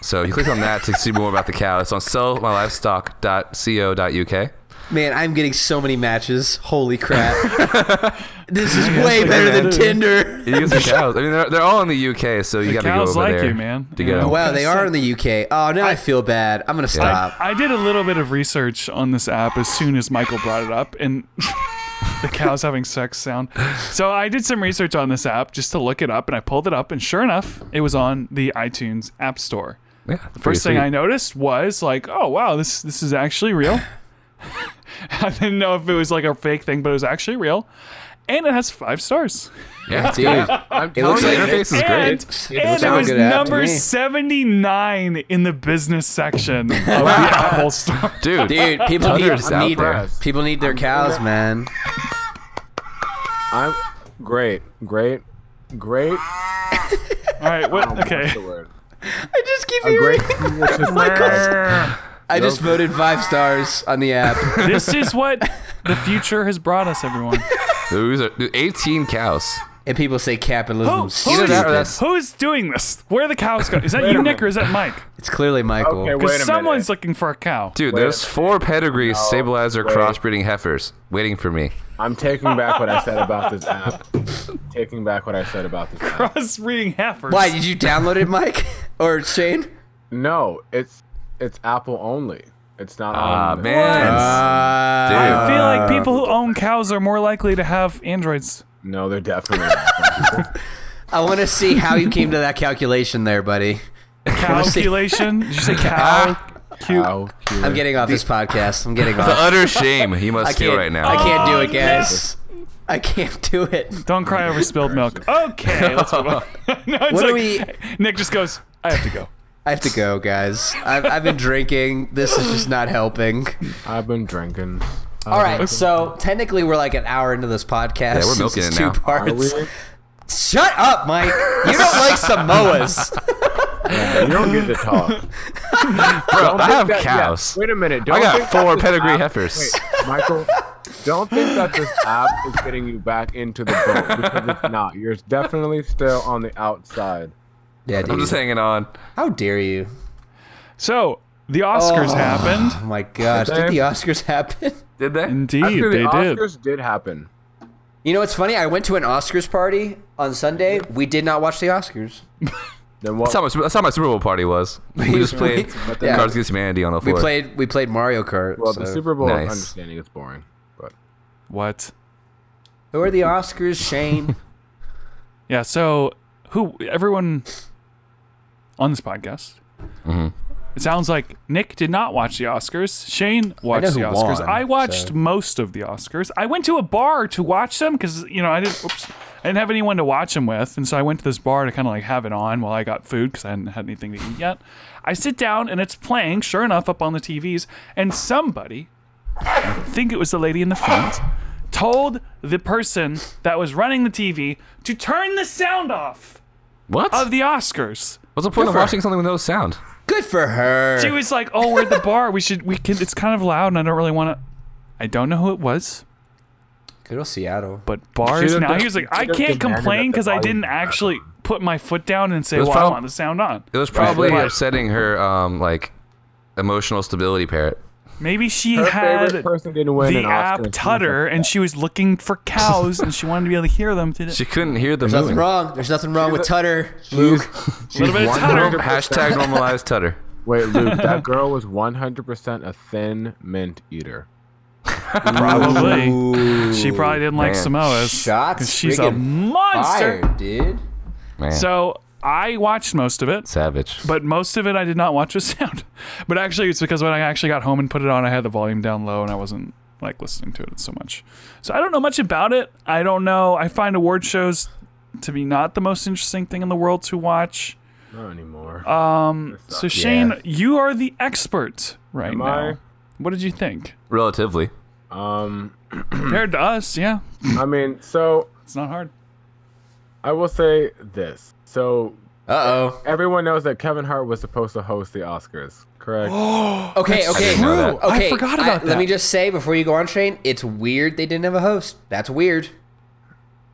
So you click on that to see more about the cow. It's on sellmylivestock.co.uk. Man, I'm getting so many matches. Holy crap. this is way better than it is. Tinder. You use (laughs) the cows. I mean, they're, they're all in the UK, so you got to go cows over like there. you, man. To Yeah. get 'em. Wow, they are in the UK. Oh, now I, feel bad. I'm going to stop. I did a little bit of research on this app as soon as Michael brought it up, and (laughs) the cows having sex sound. So I did some research on this app just to look it up, and I pulled it up, and sure enough, it was on the iTunes App Store. Yeah, First thing I noticed was like, oh wow, this this is actually real. (laughs) I didn't know if it was like a fake thing, but it was actually real. And it has five stars. Yeah, (laughs) Dude, I'm it telling looks you, the like- interface is and great. and it sounds was good app to number me. 79 in the business section of the Apple (laughs) Store. Dude, Dude, people need, Tunder's out need there. people need their cows, man. I'm great, great, great. All right, Oh what? What's (laughs) Okay. the word? I just keep A great. hearing. I just voted five stars on the app. this is what the future has brought us, everyone. Those are- dude, 18 cows. and people say capitalism. Who, who, Either that or stupid. that's- is, who is doing this? Where are the cows going? Is that you, Nick, or is that Mike? It's clearly Michael. Okay, wait a Because minute. someone's looking for a cow. Dude, Wait a there's four pedigree stabilizer wait. crossbreeding heifers waiting for me. I'm taking back what I said about this app. taking back what I said about this (laughs) app. Us reading heifers. Why did you download it, Mike (laughs) or Shane? No, it's it's Apple only. It's not. Ah, on the- man. Uh, I dude. feel like people who own cows are more likely to have androids. No, they're definitely. (laughs) Not. I want to see how you came to that calculation there, buddy. see- Calculation? Did you say cow? Cute. How cute. I'm getting off this podcast. I'm getting the off. utter shame he I must feel can't. right now. I can't do Oh, it, guys. I can't do it. Don't cry over spilled milk. Okay, let's move on. (laughs) no, it's What like, do we- Nick just goes, I have to go. I have to go, guys. I've, I've been drinking. This is just not helping. Um, I've been (laughs) drinking. All right, so technically we're like an hour into this podcast. Yeah, we're since milking it's it two now. Are we? Parts. Shut up, Mike. You (laughs) don't like Samoas. You don't get to talk. Bro, I have That- yeah, cows. Wait a minute. Don't I got think that four this pedigree app- heifers. Wait, Michael, don't think that this app is getting you back into the boat because it's not. You're definitely still on the outside. Yeah, I'm just dude. hanging on. How dare you? So, the Oscars happened. Oh my gosh, did Okay. the Oscars happen? (laughs) Did they? Indeed, Actually, they the did. Oscars did happen. You know what's funny? I went to an Oscars party on Sunday. We did not watch the Oscars. Then what? That's how, my, that's how my Super Bowl party was. We just played Yeah. Cards Against Humanity on the We floor. played we played Mario Kart. well, the so- Super Bowl, Nice. understanding it's boring, but What? Who are the Oscars, Shane? Yeah, so who everyone on this podcast. Mm-hmm. It sounds like Nick did not watch the Oscars. Shane watched know the who Oscars. won, I watched so- most of the Oscars. I went to a bar to watch them because you know I didn't. Oops, I didn't have anyone to watch them with, and so I went to this bar to kind of like have it on while I got food because I hadn't had anything to eat yet. I sit down and it's playing, sure enough, up on the TVs, and somebody think it was the lady in the front, told the person that was running the TV to turn the sound off What? of the Oscars. What's the point of watching something with no sound? Good for her. She was like, "Oh, we're at the bar. We should. We can. It's kind of loud, and I don't really want to." I don't know who it was, Good old Seattle. but bars Should've now. done- He was like, "I should've can't demanded complain that the because I volume didn't be back actually put my foot down and say, was well, I prob- want the sound on." It was probably Right. upsetting her, um, like, emotional stability parrot. Maybe she Her had favorite person didn't win the an app Oscar. Tutter, and she was looking for cows, and she wanted to be able to hear them. Today. She couldn't hear the Nothing moving. wrong. There's nothing wrong with Tutter. She's, she's Little bit of Tutter. 100% Hashtag normalized Tutter. Wait, Luke, that girl was 100% a thin mint eater. Probably. She probably didn't like Man. Samoas. Shots 'cause She's a friggin' monster. Fire, dude. Man, So I watched most of it, savage. but most of it I did not watch with (laughs) sound. But actually, it's because when I actually got home and put it on, I had the volume down low and I wasn't like listening to it so much. So I don't know much about it. I don't know. I find award shows to be not the most interesting thing in the world to watch. Not anymore. Oh, So Shane, you are the expert right Am now. I? What did you think? Relatively. Um, Compared to us, yeah, I mean, so it's not hard. I will say this. So Uh oh. everyone knows that Kevin Hart was supposed to host the Oscars, correct? Okay, okay. didn't know that. I Okay. forgot about Let me that. just say before you go on, Shane, it's weird they didn't have a host. That's weird.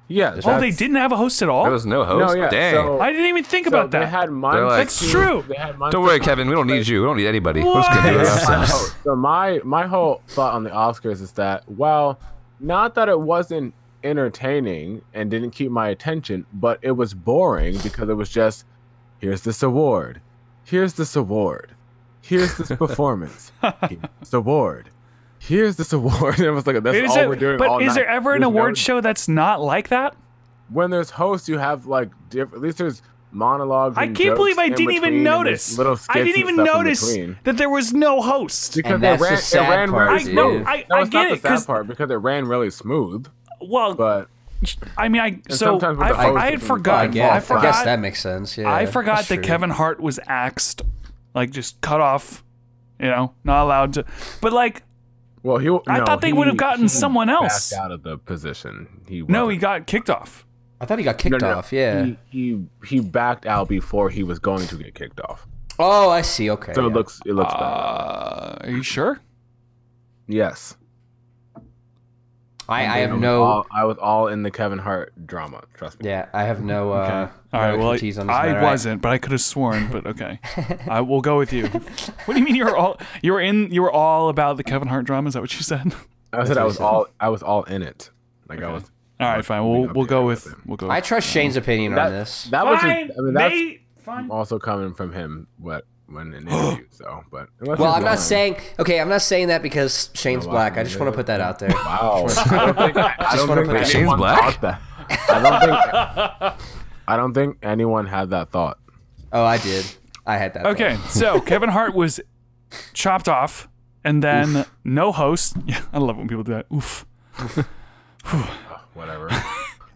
Yeah. Oh, they that's- didn't have a host at all. There was no host. No, oh, yeah. Dang. So, I didn't even think so about that. They had mine. like- That's true. They had mine don't worry, Kevin. We don't need you. We don't need anybody. We're just gonna do it What? ourselves. (laughs) So my my whole thought on the Oscars is that well, not that it wasn't entertaining and didn't keep my attention, but it was boring because it was just here's this award, here's this award, here's (laughs) this performance, here's this award, here's this award. (laughs) And it was like that's Is all there- we're doing. but all is night. there ever an There's no- award show that's not like that? when there's hosts, you have like diff- at least there's monologues. I and can't jokes believe I in didn't between even and notice. there's Little I skits didn't and even stuff in notice between. that there was no host. Because And it that's the ran- it sad ran part, I really no, I, dude. No, I it's not get the it. 'cause- sad part because it ran really smooth, Well, but I mean, I so sometimes with I, the host, I it had can forgotten. I guess, I I guess forgot. that makes sense. Yeah, I forgot that's that true. Kevin Hart was axed, like just cut off. You know, not allowed to. But like, well, he. I no, thought they he- would have gotten he someone backed else. out of the position. He no, he wasn't- got kicked off. I thought he got kicked no, no, off. Yeah. He, he he backed out before he was going to get kicked off. oh, I see. Okay. So yeah. it looks it looks bad. Uh, are you sure? Yes, I, I I have was no. all- I was all in the Kevin Hart drama. Trust me. yeah, I have no. Uh, All right. no Well, expertise on this I matter. wasn't, but I could have sworn. (laughs) But okay, I will go with you. What do you mean you were all you were in you were all about the Kevin Hart drama? Is that what you said? I said I was all I was all in it. Like I was. All right, fine. We'll we'll go with we'll go. I With. trust Shane's opinion on That, this. Uh, that was just, I mean that's fine. also coming from him. What when an interview? so, but unless Well, he's I'm not lying. saying okay. I'm not saying that because Shane's No, I black. I don't just either. want to put that out there. Wow. I don't think, I Just don't wanna think put it- Shane's anyone black? thought that. I don't think I don't think anyone had that thought. Oh, I did. I had (laughs) that. thought. Okay, so Kevin Hart was chopped off, and then no host. (laughs) Yeah, I love when people do that. Oof. Whatever.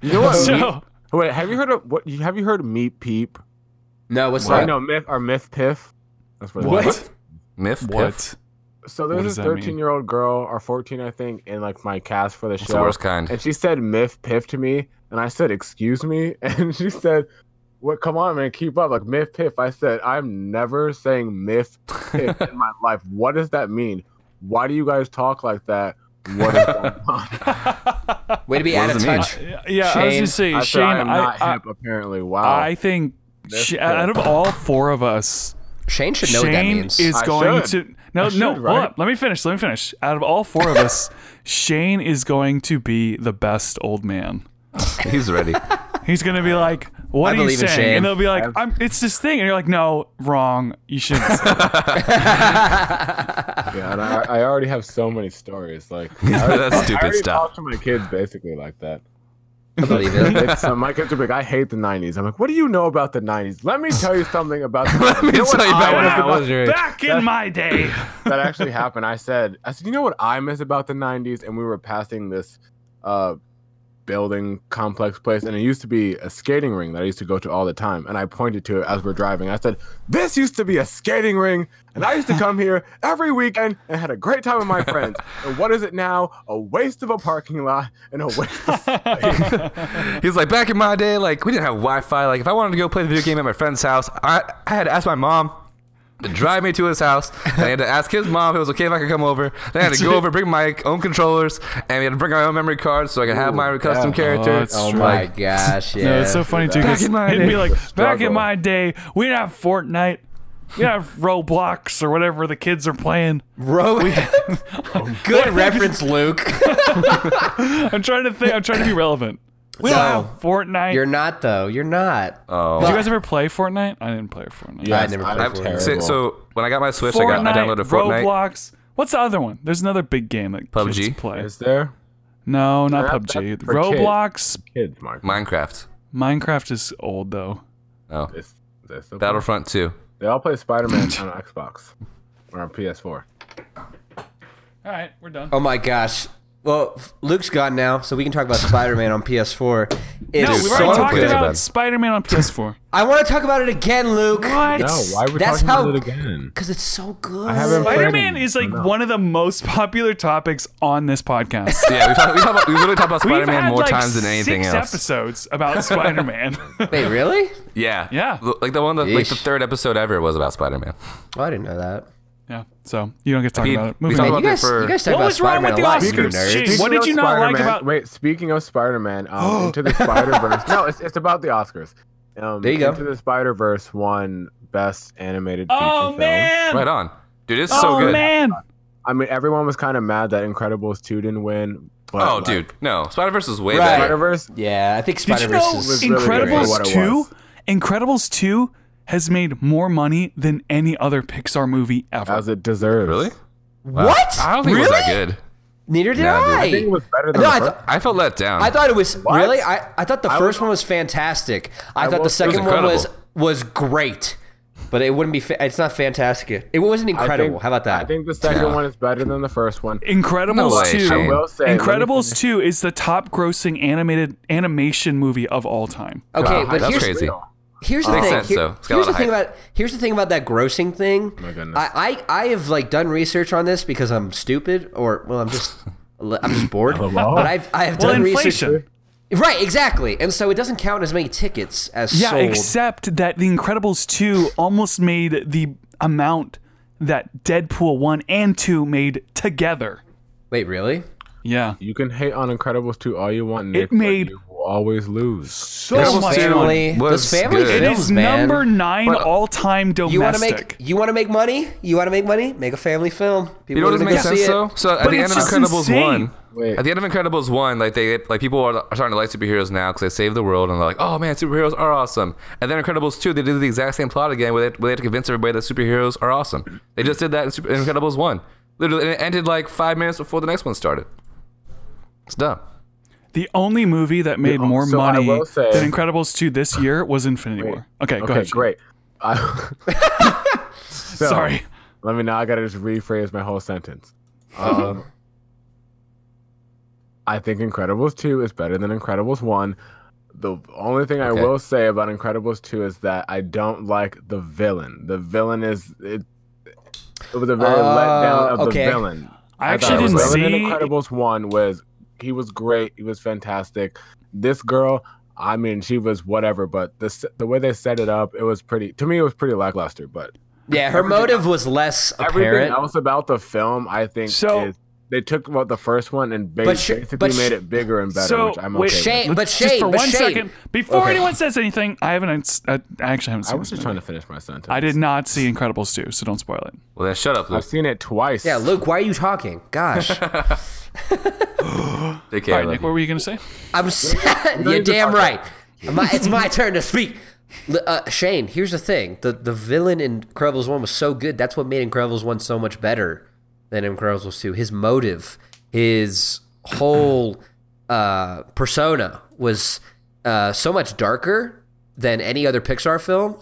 You know (laughs) what? So Wait, have you heard of what have you heard of Meat Peep? No, what's Or that? no, Myth or Myth Piff? That's what, it is. what? Myth. Piff. What? So What there's does this that mean? 13 year old girl or 14, I think, in like my cast for the It's show. the worst kind. And she said Myth Piff to me, and I said, Excuse me? (laughs) And she said, What come on, man, keep up. Like Myth Piff. I said, I'm never saying Myth (laughs) Piff in my life. What does that mean? Why do you guys talk like that? What is (laughs) going on? Way to be What out of does it mean? touch. Yeah, I was Shane, gonna say, I Shane. said, I'm I, not I, hip, apparently. Wow. I think Sh- out of all four of us, Shane should know Shane what that means. is I going should. to no I no. should, hold right? up. Let me finish. Let me finish. Out of all four of us, Shane is going to be the best old man. (laughs) He's ready. He's gonna be like, "What I are you believe in saying?" Shane. And they'll be like, I'm, "It's this thing," and you're like, "No, wrong. You (laughs) shouldn't." Say that." Yeah, and I, I already have so many stories. (laughs) Like, I already, That's I stupid already stuff. talk to my kids basically like that. I (laughs) believe it. It's, uh, my kids are like, I hate the 90s. I'm like, What do you know about the 90s? Let me tell you something about the 90s. (laughs) Let me know what tell you about I when I know was your age. Back in my day, that actually happened. I said, I said, you know what I miss about the '90s? And we were passing this uh, building complex place, and it used to be a skating ring that I used to go to all the time. And I pointed to it as we're driving. I said, this used to be a skating ring, and I used to come here every weekend and had a great time with my (laughs) friends. And what is it now? A waste of a parking lot and a waste. Of- He's like, back in my day, like we didn't have Wi-Fi. Like if I wanted to go play the video game at my friend's house, I, I had to ask my mom to drive me to his house. And I had to ask his mom if it was okay if I could come over. Then I had (laughs) to go over, bring my own controllers, and we had to bring our own memory cards so I could have my custom character. that's Oh true. My like, gosh, (laughs) (laughs) yeah. no, it's so funny too. Back 'cause in my it'd day. be like, "Back in struggle. my day, we didn't have Fortnite, we didn't have Roblox or whatever the kids are playing." Ro- (laughs) Good reference, Luke. I'm trying to think. I'm trying to be relevant. We don't No. have Fortnite. You're not though. You're not. oh. Did you guys ever play Fortnite? I didn't play Fortnite. (laughs) Yeah, I never played I'm for it. terrible. So, so when I got my Switch, I, Fortnite, got, I downloaded Fortnite. Roblox. What's the other one? There's another big game that PUBG? kids play. is there No, not That- PUBG. that's for kids. Roblox. kids, Mark? Minecraft. Minecraft is old though. Oh. Is- is there still- Battlefront 2. They all play (laughs) Spider-Man on Xbox or on PS4. All right, we're done. Oh my gosh. Well, Luke's gone now, so we can talk about Spider-Man on PS4. no, It's Dude, we've so already someone talked good. plays about that. Spider-Man on (laughs) PS4. I want to talk about it again, Luke. what? No, why are we That's talking how- about it again? Because it's so good. I haven't played Spider-Man it. is like one of the most popular topics on this (laughs) podcast. Yeah, we talked. We, talked about, we literally talked about We've Spider Man had more like times than anything six else. episodes (laughs) about Spider-Man. (laughs) Wait, really? Yeah, Yeah. L- Like the one, that, like the (laughs) Yeesh. third episode ever was about Spider Man. Oh, I didn't know that. Yeah. So you don't get to talk He- about it. we Moving talked on. Man, about you, guys, that for- you guys talk What about was wrong Spider-Man with the a lot, Oscars? nerds. Jeez, what Speaking did of you not like Spider-Man- about? Wait, speaking of (gasps) Spider-Man, um, Into the Spider-Verse. no, it's, it's about the Oscars. Um, There you go. Into the Spider-Verse won Best Animated Feature Oh Film. man! Right on, dude. It's oh so good. man! I mean, everyone was kind of mad that Incredibles 2 didn't win. But Oh, like, dude, no. Spider Verse is way Right. better. Spider-Verse, Yeah, I think Did you Spider-Verse know is was really good for Incredibles what it two? was. Incredibles two has made more money than any other Pixar movie ever. as it deserves. Really? Wow. What? I don't think it was Really? that good. Neither did Nah, dude. I. I think it was better than the No, I first. thought- I felt let down. I thought it was really. I, I thought the first one was fantastic. I, will- thought the it was second one was incredible. was great, but it wouldn't be. Fa- it's not fantastic. yet. It wasn't I incredible. think- How about that? I think the second Yeah. one is better than the first one. Incredibles No way, two. I Shane. will say, let me Incredibles 2 is the top grossing animated animation movie of all time. okay, Wow, but that's here's crazy. here's the Makes thing. sense, Here- though. It's got a here's lot the of thing hype. Oh about here's the thing about that grossing thing. my goodness. I, I I have like done research on this because I'm stupid or well I'm just (laughs) I'm just (laughs) bored. but I've I have Well, done inflation. research. Right, exactly, and so it doesn't count as many tickets as Yeah, sold. except that The Incredibles 2 almost made the amount that Deadpool 1 and 2 made together. Wait, really? Yeah. You can hate on Incredibles 2 all you want, Nick, It made- but you will always lose. So Those much money. family, was those family good. Oh It films, is man. number nine But- all time You want to domestic. make you want to make money. You want to make money. Make a family film. People You know what are doesn't gonna make go sense see it. though? So at But the end it's of just Incredibles insane. one, Wait. at the end of Incredibles one, like they like people are, are starting to like superheroes now because they saved the world and they're like, oh man, superheroes are awesome. And then Incredibles two, they did the exact same plot again where they, where they had to convince everybody that superheroes are awesome. They just did that in, Super, in Incredibles one. Literally, and it ended like five minutes before the next one started. It's dumb. the only movie that made Yeah, oh, more so I money will say- than Incredibles 2 this year was Infinity War. Okay, go okay, ahead. Shane. great. I- (laughs) (laughs) So, Sorry. Let me now. I gotta just rephrase my whole sentence. Um, I think Incredibles two is better than Incredibles one. The only thing I Okay. will say about Incredibles two is that I don't like the villain. The villain is it. It was a very Uh, letdown of okay. the villain. I thought actually it was didn't better than see. Incredibles one was he was great. He was fantastic. This girl, I mean, she was whatever. But the s- the way they set it up, it was pretty. To me, it was pretty lackluster. But Yeah, her motive was less everything apparent. else about the film, I think, So- is they took about the first one and ba- But sh- basically but sh- made it bigger and better, So, which I'm wait, okay. with. Shane, but Let's- Shane, just for but one Shane. second, before Okay. anyone says anything, I haven't. I actually haven't seen. I this was just movie. trying to finish my sentence. I did not see Incredibles 2, so don't spoil it. Well then, shut up, Luke. I've seen it twice. yeah, Luke, why are you talking? Gosh, Take All care. right, I love Nick, you. what were you going to say? I'm. s- (laughs) you're need to damn talk right. (laughs) My, it's my turn to speak. L- Uh, Shane, here's the thing: the the villain in Incredibles one was so good. That's what made Incredibles one so much better than Incredibles two. His motive, his whole uh, persona was uh, so much darker than any other Pixar film.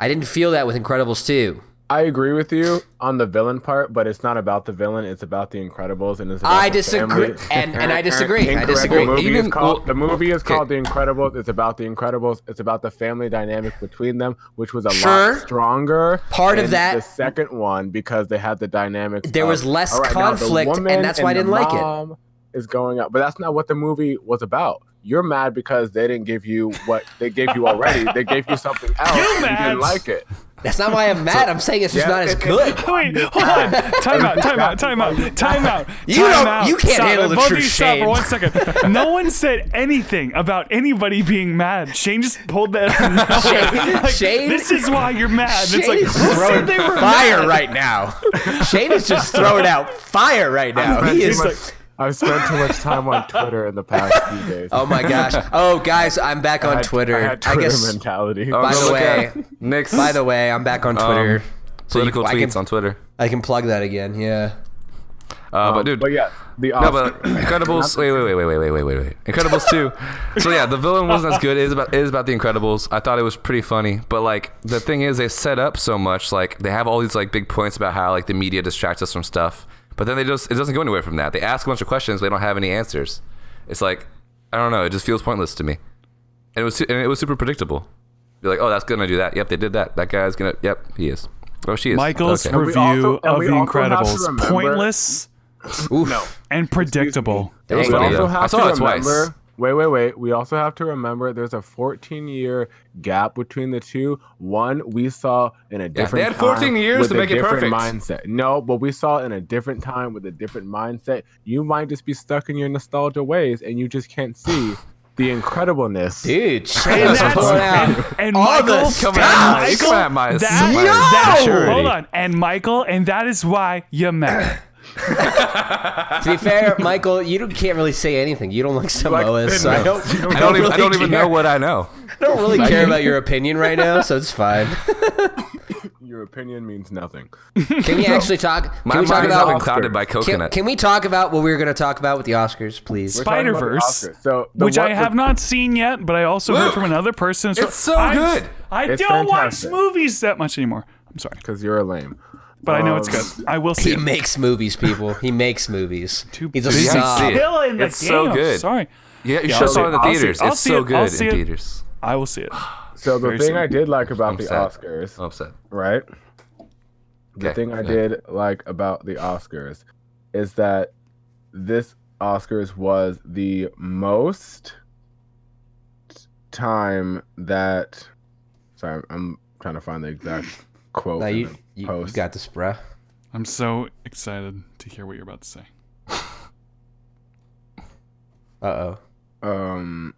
I didn't feel that with Incredibles two. I agree with you on the villain part, but it's not about the villain. It's about the Incredibles, and it's about I the disagree, family. and (laughs) and I disagree. I Incredible disagree. Movie Even- is called, well, the movie is okay. called The Incredibles. It's about The Incredibles. It's about the family dynamic between them, which was a Sure. lot stronger. Part of in that- the second one because they had the dynamic. There was less conflict, and that's why I didn't like it. it. Is going up, but that's not what the movie was about. You're mad because they didn't give you what they gave you already. they gave you (laughs) something else. You and You mad. didn't like it. (laughs) That's not why I'm mad. I'm saying it's just Yeah, not as it- it- (laughs) good. Wait, hold on. Time out, time out, time (laughs) out, time out. You time don't- out. you can't Stop handle it. the Both truth, of you stop Shane. for one (laughs) second. No one said anything about anybody being mad. Shane just pulled that. out of nowhere. Shane- (laughs) Like, Shane- this is why you're mad. Shane it's like, is who said throwing they were fire mad? right now. Shane is just throwing out fire right now. I've spent He is. too much- I've spent too much time on Twitter in the past few (laughs) days. oh my gosh. Oh guys, I'm back on I had- Twitter. I, I, had Twitter guess. mentality. Oh, By go the look way- at Nick's By the way, I'm back on Twitter. so you- Um, political I tweets can, on Twitter. I can plug that again. Yeah. Uh, but dude, but yeah, the No, Oscar. but Incredibles. Wait, wait, wait, wait, wait, wait, wait, wait. Incredibles two. So yeah, the villain wasn't as good. It is about it is about the Incredibles. I thought it was pretty funny, but like the thing is, they set up so much. Like they have all these like big points about how like the media distracts us from stuff, but then they just it doesn't go anywhere from that. They ask a bunch of questions, but they don't have any answers. It's like I don't know. It just feels pointless to me. And it was su- and it was super predictable. You're like, oh, that's gonna do that. Yep, they did that. That guy's gonna. Yep, he is. Oh, she is. Michael's Okay. review also- and of we The also have to Incredibles remember- pointless Oof. and predictable. It was Dang. funny also though. have I saw to it twice. remember Wait, wait, wait. We also have to remember there's a 14 year gap between the two. One we saw in a different had 14 time years with to a make it different perfect. mindset. No, but we saw in a different time with a different mindset. You might just be stuck in your nostalgia ways and you just can't see the incredibleness. Dude, And Shayna's that's pulling out. and, and all Michael, the Come Stop! on, Mike. Michael, Come on, Mike. that- Mike, that- maturity. hold on, and Michael, and that is why you met. To be fair, Michael, you don't, can't really say anything. You don't like Samoa, so (laughs) I (laughs) don't, I don't, even, I don't even care. know what I know. I don't really care about your opinion right now, so it's fine. Your opinion means nothing. Can we actually talk? Can My we talk mind's not been about? clouded by Can, coconut. can we talk about what we were going to talk about with the Oscars, please? We're talking about the Spider-Verse, Oscars. So the Which one- I have not seen yet, but I also heard from another person. it's so I- good. I It's don't fantastic. watch movies that much anymore. I'm sorry, Because you're lame. but I know Um, it's good. I will see. He it. makes movies, people. He makes movies. Too He's a busy. snob. it. Still in the It's game. so good. I'm sorry, Yeah, Yeah, you should I'll have saw it in the see it. I'll theaters. see It's so it. I'll good see in it. theaters. I will see it. So the Very thing soon. I did like about I'm the sad. Oh. Oscars, I'm upset. right? The Okay, thing I go ahead. did like about the Oscars is that this Oscars was the most time that. Sorry, I'm trying to find the (laughs) exact quote. No, in you, the you, you post. got this, bruh. I'm so excited to hear what you're about to say. Uh oh. um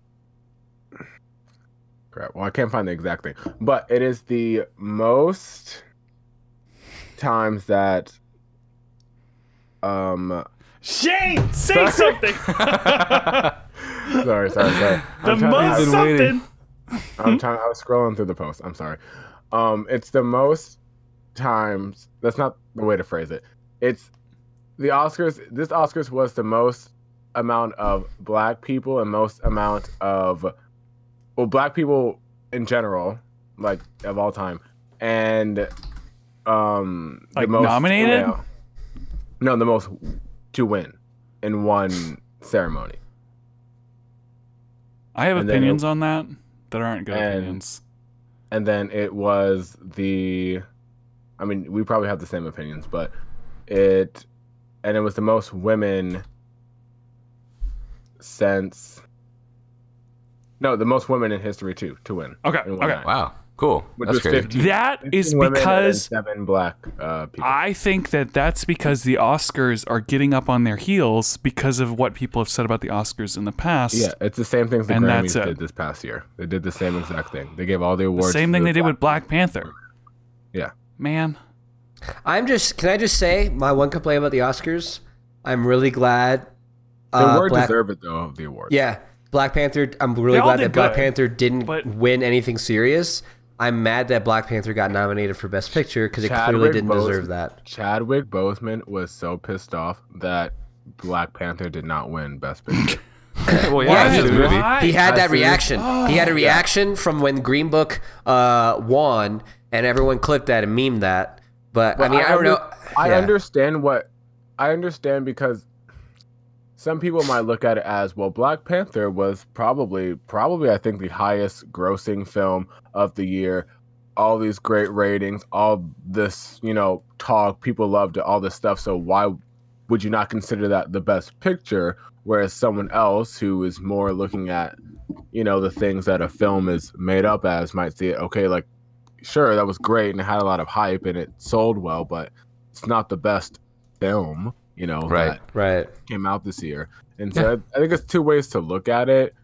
crap well i can't find the exact thing but it is the most times that um Shane, say (laughs) something. sorry sorry sorry (laughs) the I'm trying to- most something. Hmm? I'm trying. I was scrolling through the post. I'm sorry. Um, it's the most times. That's not the way to phrase it. It's the Oscars. This Oscars was the most amount of black people and most amount of well, black people in general, like of all time, and um, Like, nominated? female- no, the most to win in one ceremony. I have And then opinions on that that aren't good And- opinions. and then it was the i mean we probably have the same opinions but it and it was the most women since no the most women in history too to win Okay, in one okay. night, Wow, cool. which That's was crazy. 15, That is 15 women and because seven black uh, people I think that that's because the Oscars are getting up on their heels because of what people have said about the Oscars in the past. yeah it's the same things the And grammys that's it. did this past year they did the same exact thing they gave all the The awards same to thing the they did with Black Panther. yeah Man, I'm just. Can I just say my one complaint about the Oscars? I'm really glad. they uh, were Black- deserved though of the awards Yeah, Black Panther. I'm They really all glad did that Black good, Panther didn't but- win anything serious. I'm mad that Black Panther got nominated for Best Picture because it clearly Chadwick didn't Boseman- deserve that. Chadwick Boseman was so pissed off that Black Panther did not win Best Picture. well, yeah, Why? it's just a movie. Why? He had that see. reaction. he had a reaction from when Green Book uh, won, and everyone clipped that and memed that. But I mean, I, don't under- know. I Yeah. understand what I understand because some people might look at it as well. Black Panther was probably probably I think the highest grossing film of the year. All these great ratings, all this you know talk, people loved it, all this stuff. So why would you not consider that the best picture? Whereas someone else who is more looking at you know the things that a film is made up as might see it okay like sure that was great and it had a lot of hype and it sold well but it's not the best film you know Right. that Right. came out this year and so I, I think it's two ways to look at it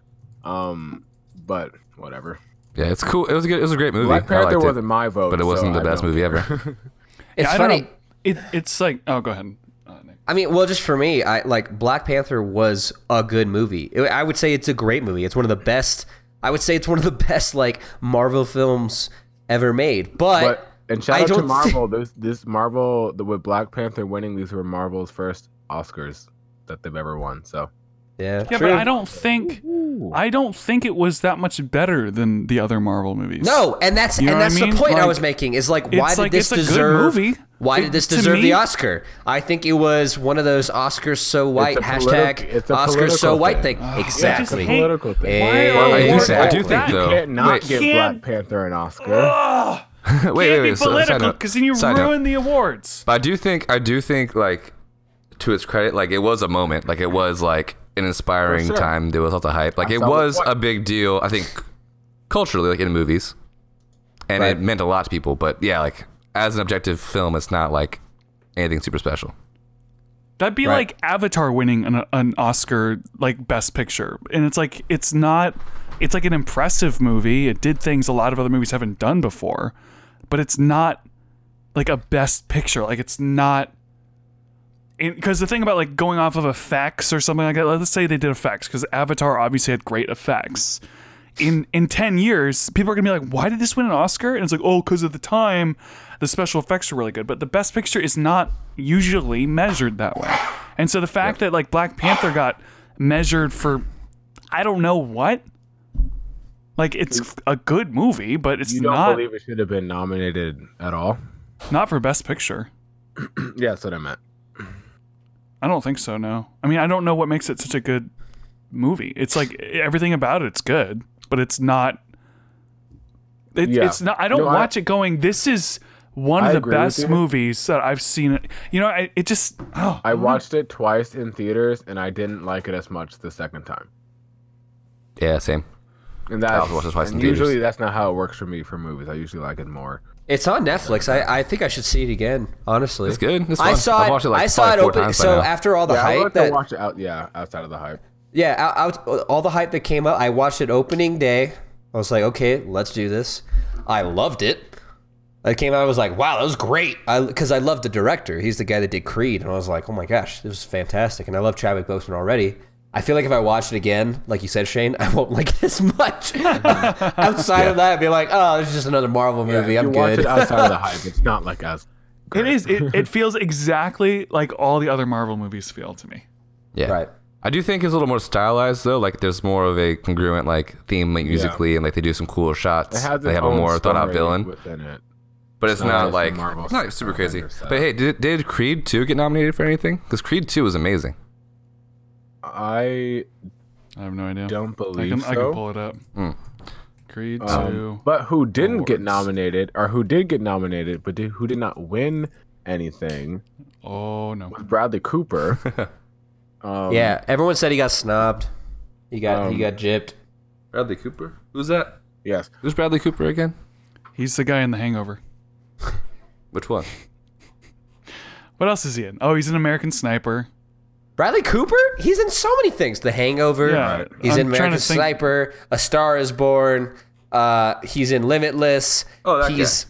um but whatever Yeah, it's cool. It was a good. It was a great movie. black I liked panther it, wasn't my vote but it wasn't so the I best don't- movie (laughs) ever. It's I don't funny. know. It, it's like, oh, go ahead. Uh, Nick. I mean, well, just for me, I like Black Panther was a good movie. It- I would say it's a great movie. It's one of the best. I would say it's one of the (laughs) best like Marvel films ever made. But, but and shout I out to don't (laughs) thi- marvel There's this marvel the, with black panther winning these were marvel's first oscars that they've ever won so (laughs) yeah, Yeah, but I don't think I don't think it was that much better than the other Marvel movies. No, and that's You know and what I that's mean? the point I Like, was making. Is like, why it's did like, this it's a good deserve? movie. Why It- did this to deserve me- the Oscar? I think it was one of those Oscars so white a hashtag politi- it's a Oscars political so white thing. thing. I exactly. Ah, just hate- political thing Why Yeah, are I do we- say- I do think that- though. can't not Wait. give Can't- Black Panther an Oscar. Ugh, wait, wait, can't be wait. so- side political note, because then you side note. ruin the awards. But I do think I do think like to its credit, like it was a moment. Like it was like an inspiring For sure. time. There was all the hype. Like I it saw the was point. a big deal. I think culturally, like in movies, and Right. it meant a lot to people. But yeah, like as an objective film, it's not like anything super special. That'd be Right. like Avatar winning an, an Oscar like Best Picture, and it's like it's not. It's like an impressive movie. It did things a lot of other movies haven't done before, but it's not like a Best Picture. Like it's not. Because the thing about like going off of effects or something like that, let's say they did effects, because Avatar obviously had great effects. In in ten years, people are gonna be like, "Why did this win an Oscar?" And it's like, "Oh, because at the time, the special effects were really good." But the best picture is not usually measured that way, and so the fact that like Black Panther got measured for, I don't know what, like it's a good movie, but it's You don't not believe it should have been nominated at (clears throat) all? not for best picture. yeah, that's what I meant. I don't think so. No, I mean I don't know what makes it such a good movie. It's like e, everything about it's good, but it's not. It, Yeah. It's not. I don't No, I- watch it going. This is one I of the agree with best you. movies that I've seen. You know, I, it just. Oh, I watched it twice in theaters and I didn't like it as much the second time. Yeah, same. And that's also watched it twice and in theaters. usually that's not how it works for me for movies. I usually like it more. It's on Netflix. I, I think I should see it again. Honestly, It's good. It's I fun. saw I've it. watched it, like, I saw probably it four open. times by So now. after all the yeah, I hype like that to watch it out. Yeah, outside of the hype. Yeah, out, out, all the hype that came up. I watched it opening day. I was like, okay, let's do this. I loved it. I came out. I was like, wow, that was great. Because I, loved the director. He's the guy that did Creed, and I was like, oh my gosh, this was fantastic. And I love Chadwick Boseman already. I feel like if I watch it again, like you said, Shane, (laughs) I won't like it as much. (laughs) Outside of that, I'd be like, oh, it's just another Marvel movie. If I'm you watch good. it (laughs) outside of the (laughs) hype. It's not like as it is. It, (laughs) it feels exactly like all the other Marvel movies feel to me. Yeah. Right. I do think it's a little more stylized though. Like there's more of a congruent like theme like musically, and like they do some cooler shots. It has they its have a own more thought out story villain, within it. but it's not not just like Marvel it's not super stylized crazy. or set. But hey, did did Creed two get nominated for anything? Because Creed two was amazing. I I have no idea. Hmm. don't I believe can, so. I can pull it up. Creed Um, two. but who didn't get awards. nominated, or who did get nominated, but did, who did not win anything, Oh no. was Bradley Cooper. (laughs) um, yeah, everyone said he got snubbed. He got he Um, got gypped. Bradley Cooper. Who's that? Yes. Who's Bradley Cooper again? He's the guy in The Hangover. Which one? What else is he in? Oh, he's an American Sniper. Bradley Cooper? He's in so many things. The Hangover. Yeah, he's I'm trying in American to think- Sniper. A Star Is Born. Uh, he's in Limitless. Oh, that he's,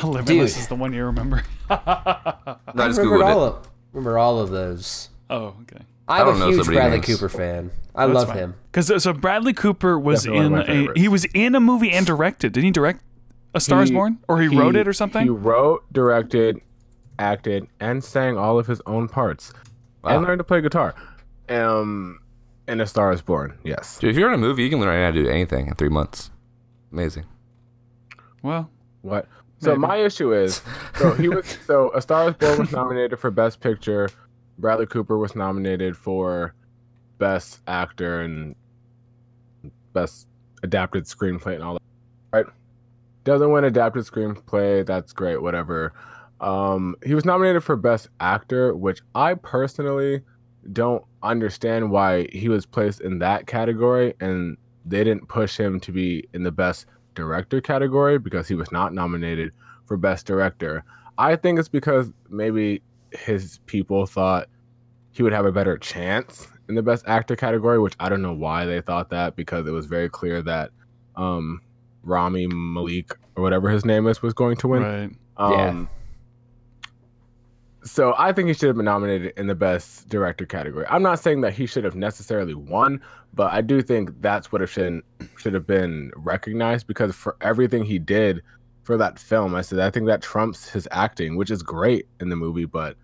Limitless Dude. is the one you remember. (laughs) No, I just remember all googled it. of remember all of those. Oh, okay. I'm don't a know huge somebody Bradley names. Cooper fan. I That's love fine. him. Because uh, so Bradley Cooper was Definitely one of my in a, favorites. he was in a movie and directed. Didn't he direct A Star Is He- Born or he, wrote it or something? He wrote, directed, acted, and sang all of his own parts, and learned to play guitar. Um, and A Star Is Born. Yes. Dude, if you're in a movie, you can learn how to do anything in three months. Amazing. well, What? So Maybe. my issue is, so he was, so A Star Is Born was nominated for Best Picture. Bradley Cooper was nominated for Best Actor and Best Adapted Screenplay and all that. Right? Doesn't win Adapted Screenplay. That's great. Whatever. Um, he was nominated for Best Actor, which I personally don't understand why he was placed in that category and they didn't push him to be in the Best Director category because he was not nominated for Best Director. I think it's because maybe his people thought he would have a better chance in the Best Actor category, which I don't know why they thought that because it was very clear that um, Rami Malik or whatever his name is was going to win. right. Yeah. Um, So I think he should have been nominated in the best director category. I'm not saying that he should have necessarily won, but I do think that's what it should should have been recognized because for everything he did for that film, I said I think that trumps his acting, which is great in the movie, but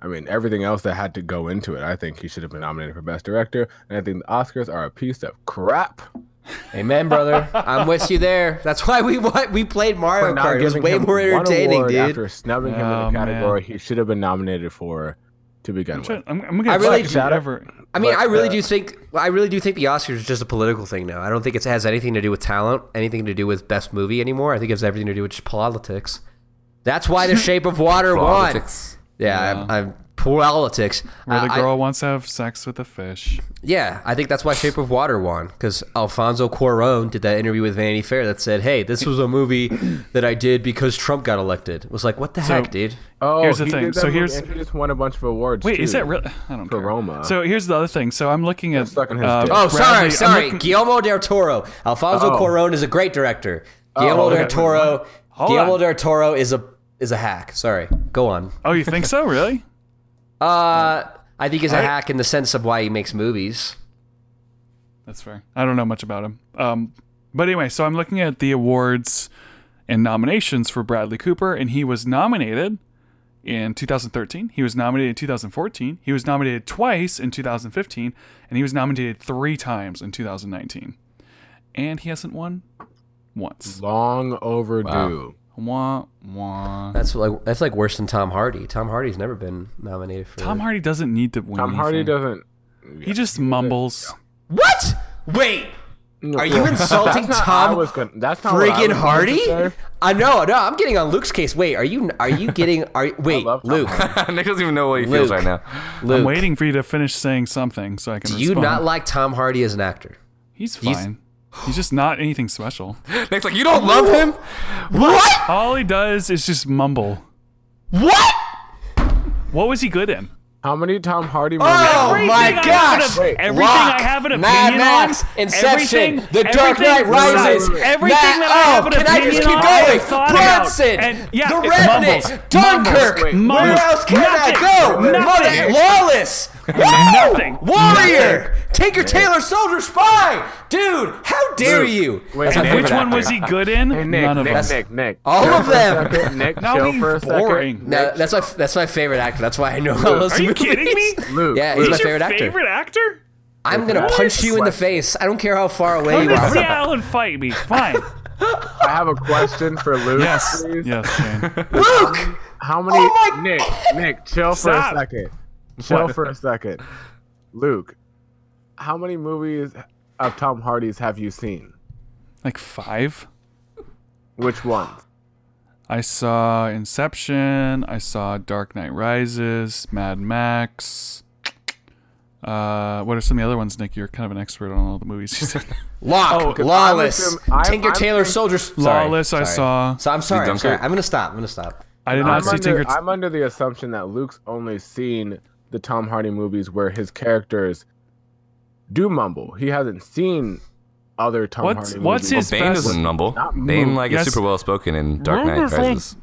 I mean everything else that had to go into it, I think he should have been nominated for best director, and I think the Oscars are a piece of crap. Amen, brother. I'm with you there. That's why we (laughs) wa- we played Mario for not Kart. It was giving way him more one entertaining, award dude. After snubbing him Oh, in the man. category he should have been nominated for to begin I'm, with. trying, I'm, I'm gonna I really check if doubt you it. ever- I mean, But, I really uh, do think I really do think the Oscars is just a political thing now. I don't think it has anything to do with talent, anything to do with best movie anymore. I think it has everything to do with just politics. That's why The Shape of Water won. Politics. (laughs) Yeah, I'm, I'm politics. Where the Uh, I- girl wants to have sex with a fish. yeah, I think that's why Shape of Water won because Alfonso Cuarón did that interview with Vanity Fair that said, "Hey, this was a movie that I did because Trump got elected." It was like, what the So- heck, dude? Oh, Here's the he did thing. that So movie here's- and he just won a bunch of awards. Wait, too. is that real? I don't care. Roma. So here's the other thing. So I'm looking at. stuck in his uh, dick. Oh, Bradley- I'm sorry, sorry. looking- Guillermo del Toro. Alfonso Oh. Cuarón is a great director. Guillermo okay. del Toro. Oh, Hold Guillermo on. del Toro is a is a hack. Sorry, go on. oh, you think so? Really? Uh, I think he's a I- hack in the sense of why he makes movies. That's fair. I don't know much about him. Um, but anyway, so I'm looking at the awards and nominations for Bradley Cooper, and he was nominated in 2013. He was nominated in 2014. He was nominated twice in 2015, and he was nominated three times in 2019. And he hasn't won once. long overdue? Wah, wah. That's like that's like worse than Tom Hardy. Tom Hardy's never been nominated for Tom Hardy doesn't need to win. Tom Hardy anything. doesn't. He just mumbles. What? Wait, are you (laughs) insulting That's not how I Tom was gonna, that's not what I was freaking gonna Hardy? say. I know, no, I'm getting on Luke's case. Wait, are you are you getting are (laughs) wait, love Tom Luke? Nick doesn't even know what he feels Luke. right now. Luke, I'm waiting for you to finish saying something so I can do you respond. not like Tom Hardy as an actor? He's He's- fine. He's just not anything special. Nick's like, you don't love him? What? All he does is just mumble. What? What was he good in? How many Tom Hardy movies? Oh Everything I my have gosh! an- everything Rock, I have an Mad opinion Max, on, Inception, everything- The Dark everything- Knight Rises, Right. Everything that I have oh, an can I just opinion keep on, I going? thought about. Bronson, And- yeah, The it Revenant, mumbles, Dunkirk. mumbles, mumbles. Where else can Nothing, I go? nothing. Mother, Lawless, (laughs) Nothing. Woo! Warrior, Tinker Tailor Soldier Spy, dude, how dare Luke, you? wait, That's and my And which favorite one was actor. he good in? Hey, Nick, None of Nick, them. Nick, Nick. All of them. Nick, No, chill he's for (laughs) a boring. second. Nick, No, that's my that's my favorite actor. That's why I know all those Are you movies. kidding me? Luke, (laughs) Yeah, he's Luke, my He's your favorite actor. favorite actor? I'm gonna What? punch you in the face. I don't care how far away Come you to (laughs) are. Seattle and fight me. (laughs) Fine. I have a question for Luke. Yes. please. Yes, Shane. Luke, How many? Oh my Nick, Nick, chill Stop. for a second. Chill What? for a second. Luke, how many movies of Tom Hardy's have you seen? Like five? Which ones? I saw Inception. I saw Dark Knight Rises, Mad Max. Uh, what are some of the other ones, Nick? You're kind of an expert on all the movies. (laughs) you said. Oh, Lock, I'm Lawless, assuming- I'm- Tinker I'm Tailor thinking- Soldier. Sorry, Lawless, I sorry. saw. So I'm sorry. I'm Dunkirk. sorry. I'm gonna stop. I'm gonna stop. I did not I'm see Tinker. under, I'm under the assumption that Luke's only seen the Tom Hardy movies where his characters do mumble. He hasn't seen other Tom What's- Hardy what's his- movies. Bane best- doesn't mumble. Bane like Yes. is super well spoken in Dark Knight Rises.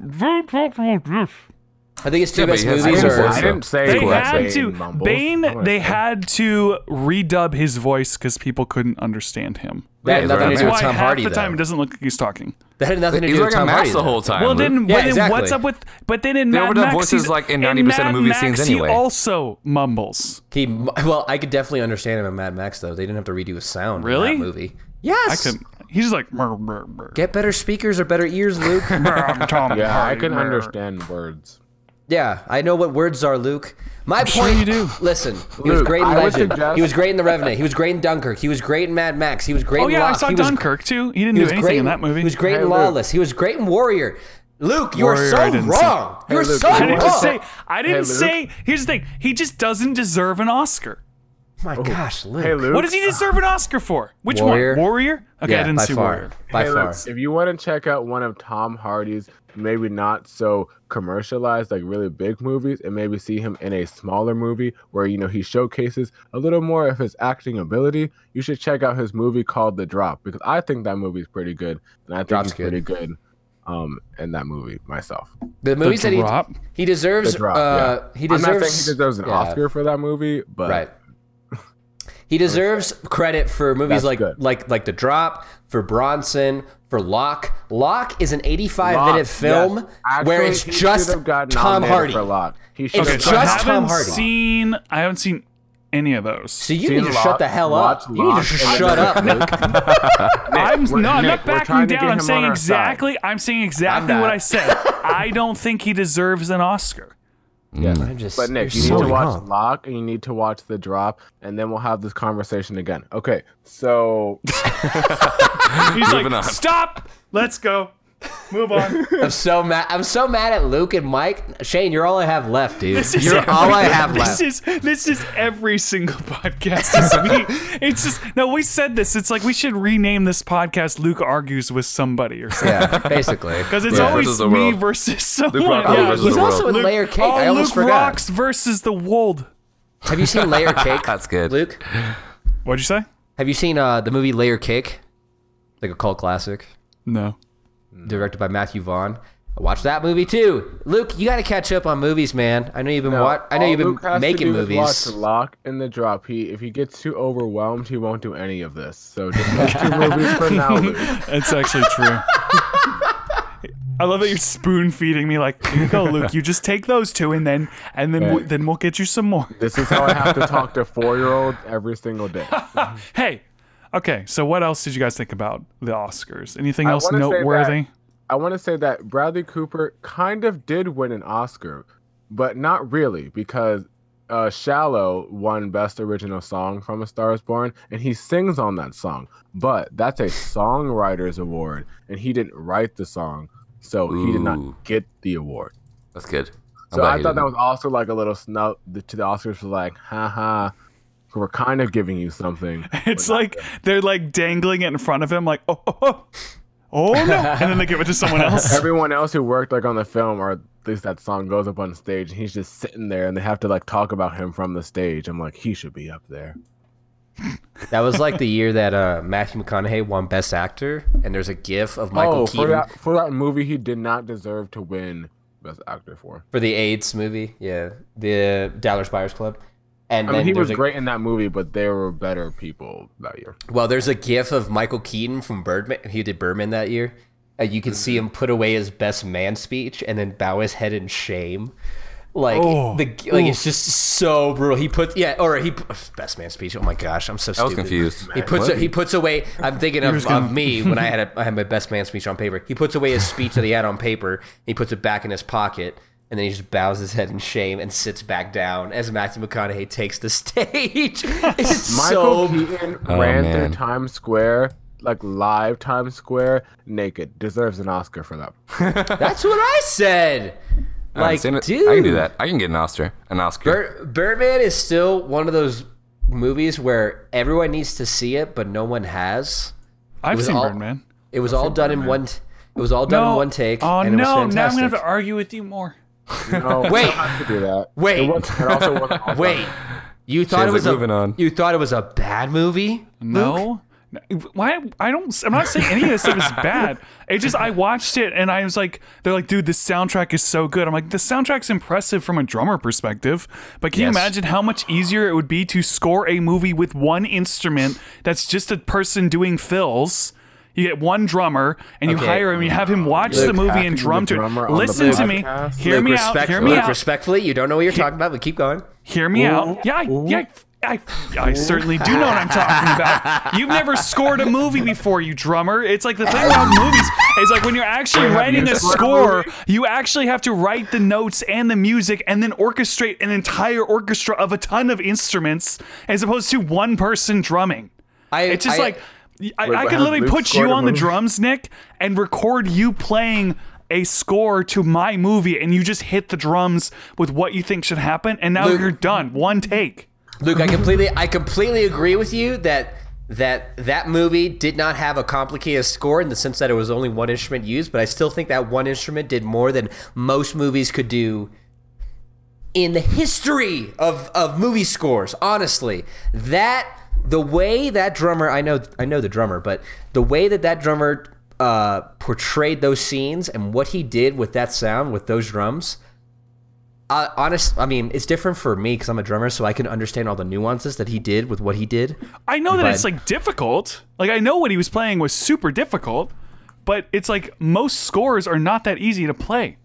I think it's two Yeah, but best he I has movies Bane didn't, are. voice. I didn't say They Cool, that had actually. to mumbles. I Bane. wanna They say- had to redub his voice because people couldn't understand him. That had Yeah, nothing to That's do with why Tom half Hardy the time it though. doesn't look like he's talking. That had nothing to He's do with like a Tom Hardy. mouse the though. whole time. Well, Luke. then, Yeah, well, then exactly. what's up with? But then in They Mad overdub Max, voices, he's- like, in Mad 90% of movie scenes Max, anyway. He also mumbles. He, well, I could definitely understand him in Mad Max though. They didn't have to redo his sound. Really? In that movie. I Yes. could. He's just like. "Brr, brr, brr. Get better speakers or better ears, Luke. (laughs) Brr, Tom Yeah, I Hardy, can brr." understand words. yeah, I know what words are, Luke. (laughs) My point. you do. Listen, he was Luke, great in I would Legend. suggest- He was great in The Revenant. He was great in Dunkirk. He was great in Mad Max. He was great Oh in yeah, I Lock. saw he was Dunkirk too. He didn't He do was anything great in that movie. He was great Hey, in Luke. Lawless. He was great in Warrior. Luke, you Warrior, I are so didn't see. wrong. You're Luke, so I I wrong. didn't Whoa. say. I didn't Luke. say. Here's the thing. He just doesn't deserve an Oscar. My gosh, Luke. Oh. Hey Luke, What does he deserve an Oscar for? Which Warrior. one? Warrior. Okay, I Yeah, didn't by see far. Warrior. By Hey, far. look, if you want to check out one of Tom Hardy's maybe not so commercialized, like really big movies, and maybe see him in a smaller movie where you know he showcases a little more of his acting ability, you should check out his movie called The Drop because I think that movie's pretty good, and I think Drop's he's pretty good um, in that movie myself. The movies that Drop. he he deserves. The Drop. uh, yeah. He I'm deserves. not saying he deserves an yeah, Oscar for that movie, but Right. He deserves credit for movies That's like good. like like The Drop, for Bronson, for Locke. Locke is an 85 Locke, minute film yes. Actually, where it's he just should have gotten Tom nominated Hardy. For Locke. He should It's Okay, have so gotten I just Tom haven't Hardy. seen. I haven't seen any of those. So you See, need to Locke- shut the hell up. watch You need to Locke and shut then- up, (laughs) Luke. I'm we're- no. I'm not Nick, we're backing trying to down. get I'm him on saying our side. exactly. I'm saying exactly not. what I said. I don't think he deserves an Oscar. I'm just. But Nick, you Mm. you're need so to watch wrong. Lock and you need to watch The Drop, and then we'll have this conversation again. Okay, so He's like, Moving on. stop. Let's go. Move (laughs) on. (laughs) I'm so mad. I'm so mad at Luke and Mike. Shane, you're all I have left, dude. This is You're every- all I have (laughs) left. This is this is every single (laughs) podcast. Is me. It's just no. We said this. It's like we should rename this podcast. Luke argues with somebody or something yeah, (laughs) basically. because it's Yeah. always Versus the me world. versus someone. Rockwell yeah. versus He's the also world. in Luke- Layer Cake. oh, I almost Luke forgot. Rocks versus the Wold. Have you (laughs) seen Layer Cake? That's good. Luke, What'd you say? have you seen uh, the movie Layer Cake? Like a cult classic, No. directed by Matthew Vaughn. I watched that movie too. Luke, you got to catch up on movies, man. I know you've been No, wa- I know all you've been Luke has to making do is movies. Watch Lock and the Drop. He, if he gets too overwhelmed, he won't do any of this. So (laughs) just watch two movies for now. Luke. It's actually true. (laughs) I love that you're spoon feeding me. Like, here you go, Luke. You just take those two, and then and then we, Right. then we'll get you some more. This is how I have to talk to four-year-olds every single day. Hey, okay. So what else did you guys think about the Oscars? Anything I else wanna say that- noteworthy? I want to say that Bradley Cooper kind of did win an Oscar, but not really because uh, "Shallow" won Best Original Song from *A Star Is Born*, and he sings on that song. But that's a songwriters award, and he didn't write the song, so he did Ooh. not get the award. That's good. I'm So glad I he thought that didn't. was also like a little snub to the Oscars for like, haha, we're kind of giving you something. (laughs) It's like they're like dangling it in front of him, like oh oh oh, oh (laughs) no, and then they give it to someone else. Everyone else who worked like on the film, or at least that song goes up on stage, and he's just sitting there, and they have to like talk about him from the stage. I'm like, he should be up there. That was (laughs) like the year that uh, Matthew McConaughey won Best Actor, and there's a GIF of Michael oh, Keaton for that for that movie, he did not deserve to win Best Actor for. for the AIDS movie. Yeah, the Dallas Buyers Club. And I mean, then he there's was a, great in that movie, but there were better people that year. Well, there's a GIF of Michael Keaton from Birdman. He did Birdman that year. Uh, you can Mm-hmm. see him put away his best man speech and then bow his head in shame. Like Oh. the like, it's just so brutal. He puts yeah, or he p- best man speech. Oh my gosh, I'm so I was stupid. confused. He puts What? he puts away. I'm thinking of, (laughs) of me when I had a, I had my best man speech on paper. He puts away his speech that he had on paper. He puts it back in his pocket, and then he just bows his head in shame and sits back down as Matthew McConaughey takes the (laughs) stage. It's Michael so Oh, Keaton ran man. through Times Square, like live Times Square, naked. Deserves an Oscar for that. That's what I said. I haven't Like, seen it. dude, I can do that. I can get an Oscar. An Oscar. Bir- Birdman is still one of those movies where everyone needs to see it, but no one has. I've was seen all- Birdman. It was all done in one. T- it was all done in one take. Oh and it was no! Now I'm fantastic. gonna have to argue with you more. (laughs) No, Wait. you don't have to do that. Wait. it, wasn't- it also (laughs) wasn't Oscar. (laughs) Wait, you thought Shane's it was like, a, "Moving on." You thought it was a bad movie? No. No, Why? I don't. I'm not saying any of this stuff is bad. It just I watched it and I was like, they're like, dude, this soundtrack is so good. I'm like, the soundtrack's impressive from a drummer perspective, but can you Yes. imagine how much easier it would be to score a movie with one instrument that's just a person doing fills. You get one drummer and you Okay. hire him. You have him watch the Luke, movie hacking and drum the to drummer it. on the Listen to me. podcast? Hear Luke, me out. respect- Hear me Luke, out. Respectfully, you don't know what you're talking about, but keep going. Hear me out. Yeah, I, yeah, I, I, I certainly do know what I'm talking (laughs) about. You've never scored a movie before, you drummer. It's like the thing (laughs) about movies is like when you're actually writing a score, you actually have to write the notes and the music and then orchestrate an entire orchestra of a ton of instruments as opposed to one person drumming. I, It's just I- like I, Wait, I but could has literally Luke put scored you a on the movie? drums, Nick, and record you playing a score to my movie, and you just hit the drums with what you think should happen, and now Luke- you're done. One take. Luke, I completely, I completely agree with you that that that movie did not have a complicated score in the sense that it was only one instrument used. But I still think that one instrument did more than most movies could do in the history of of movie scores. Honestly, that the way that drummer, I know, I know the drummer, but the way that that drummer uh, portrayed those scenes and what he did with that sound with those drums. I, honest, I mean, it's different for me because I'm a drummer, so I can understand all the nuances that he did with what he did. I know that it's But- like difficult. Like I know what he was playing was super difficult, but it's like most scores are not that easy to play.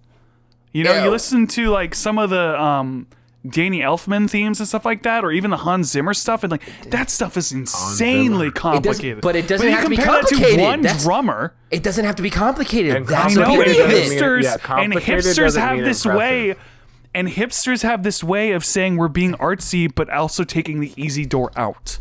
You know, you Ew. listen to like some of the um Danny Elfman themes and stuff like that, or even the Hans Zimmer stuff, and like that stuff is insanely complicated. but it doesn't you have to be compare that complicated. to one That's- drummer. It doesn't have to be complicated. And I That's the know, and beauty of complicated doesn't mean- it. hipsters yeah, and complicated hipsters doesn't have mean this impressive. way, and hipsters have this way of saying we're being artsy, but also taking the easy door out,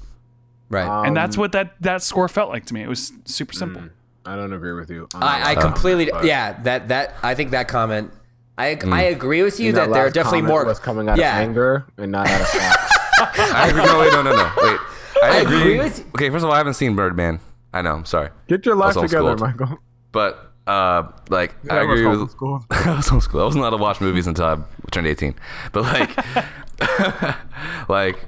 Right. Um, hmm. and that's what that that score felt like to me. It was super simple. I don't agree with you. on that I, I last completely comment, but yeah that that I think that comment I Mm. I agree with you that that, there are last definitely comment more was coming out yeah of anger and not (laughs) out of facts. (laughs) I agree. No, wait, no, no, no. Wait. I, I agree. agree with- Okay, first of all, I haven't seen Birdman. I know. I'm sorry. Get your life Also together, schooled. Michael. But uh, like, I Everyone's agree with. (laughs) homeschooled. I was homeschooled. I wasn't allowed to watch movies until I turned 18. But like, (laughs) like,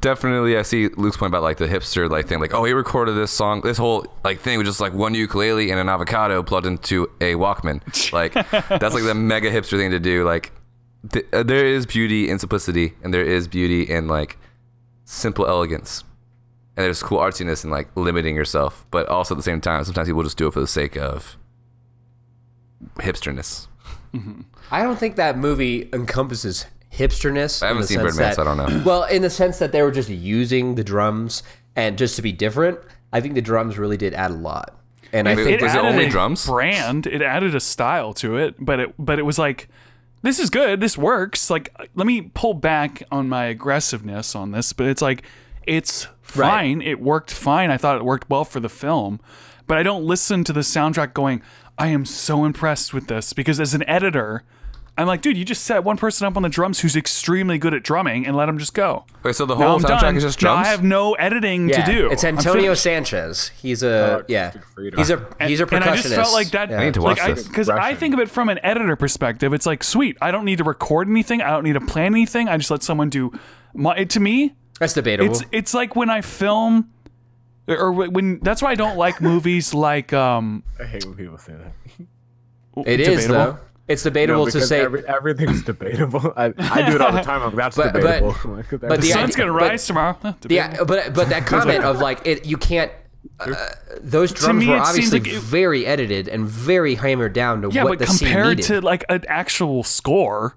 definitely, I see Luke's point about like the hipster like thing. Like, oh, he recorded this song, this whole like thing with just like one ukulele and an avocado plugged into a Walkman. Like, that's like the mega hipster thing to do. Like, th- uh, there is beauty in simplicity, and there is beauty in like simple elegance. And there's cool artsiness in like limiting yourself, but also at the same time, sometimes people just do it for the sake of hipsterness. I don't think that movie encompasses hipsterness. I haven't in the seen sense Birdman, that- so I don't know. Well, in the sense that they were just using the drums and just to be different, I think the drums really did add a lot. And I It- think it there's added- a, only a drums? brand. It added a style to it, but it but it was like this is good. This works. Like let me pull back on my aggressiveness on this, but it's like it's fine. It worked fine. I thought it worked well for the film, but I don't listen to the soundtrack going, "I am so impressed with this" because as an editor, I'm like, "Dude, you just set one person up on the drums who's extremely good at drumming and let him just go." Wait, so the Now whole I'm soundtrack done. is just Now drums? I have no editing yeah, to do. It's I'm Antonio finished. Sanchez. He's a yeah. freedom. He's a he's a percussionist. And I just felt like that. I need to watch like, this. because I Russian. think of it from an editor perspective. It's like sweet. I don't need to record anything. I don't need to plan anything. I just let someone do. My, it, to me, That's debatable. it's it's like when I film, or wh- when that's why I don't (laughs) like movies like um. I hate when people say that. It is debatable. though. It's No, debatable to because say. every- (laughs) everything's debatable. I, I do it all the time. I'm like, that's But- but- debatable. (laughs) Like, but the The Yeah, sun's gonna but- rise tomorrow. Huh, debatable. yeah, but (laughs) but that comment of like it, you can't. Uh, those drums me, were it seems obviously like it- very edited and very hammered down to Yeah, what but the scene compared needed. to like an actual score,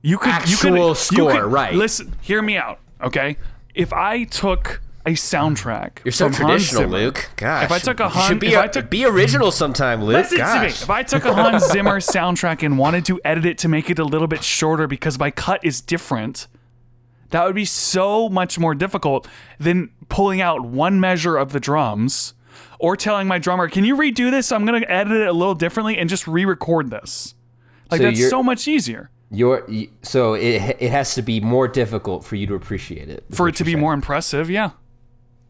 you could you could, Actual score, you could, right. Listen, hear me out, okay? If I took a soundtrack, You're so from Hans traditional, Zimmer- Luke. Gosh, If I took a You Hun- should be, if a- I took- be original sometime, Luke. Listen to me. Gosh. If I took a (laughs) Hans Zimmer soundtrack and wanted to edit it to make it a little bit shorter because my cut is different, that would be so much more difficult than pulling out one measure of the drums or telling my drummer, "Can you redo this? I'm going to edit it a little differently and just re-record this." Like So that's you're- so much easier Your y- so it it has to be more difficult for you to appreciate it. for it to be more impressive. Yeah.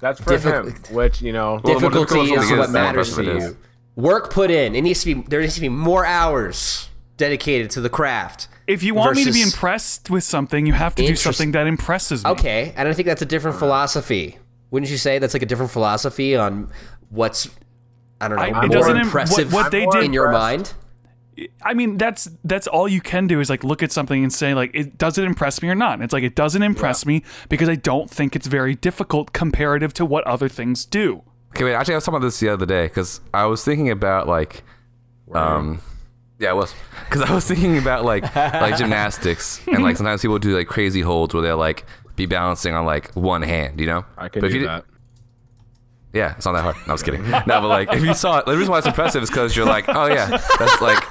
that's for difficult- him, which, you know, Well, the more difficulty difficult is it is, what the more matters to impressive it is. you. Work put in. It needs to be there needs to be more hours dedicated to the craft. If you want me to be versus- impressed with something, you have to do Interest- something that impresses me. Okay, and I think that's a different philosophy. Wouldn't you say that's like a different philosophy on what's I don't know I- it more doesn't im- impressive what- what they did- in your mind? I mean, that's that's all you can do is like look at something and say like, it does it impress me or not? And it's like it doesn't impress me because I don't think it's very difficult comparative to what other things do. Okay, wait. Actually, I was talking about this the other day because I was thinking about like, um, yeah, (laughs) I was because I was thinking about like like gymnastics (laughs) and like sometimes people do like crazy holds where they're like be balancing on like one hand, you know. I can But if do you di- that. Yeah, it's not that hard. No, I was kidding. No, but like if you saw it, the reason why it's impressive is because you're like, oh yeah, that's like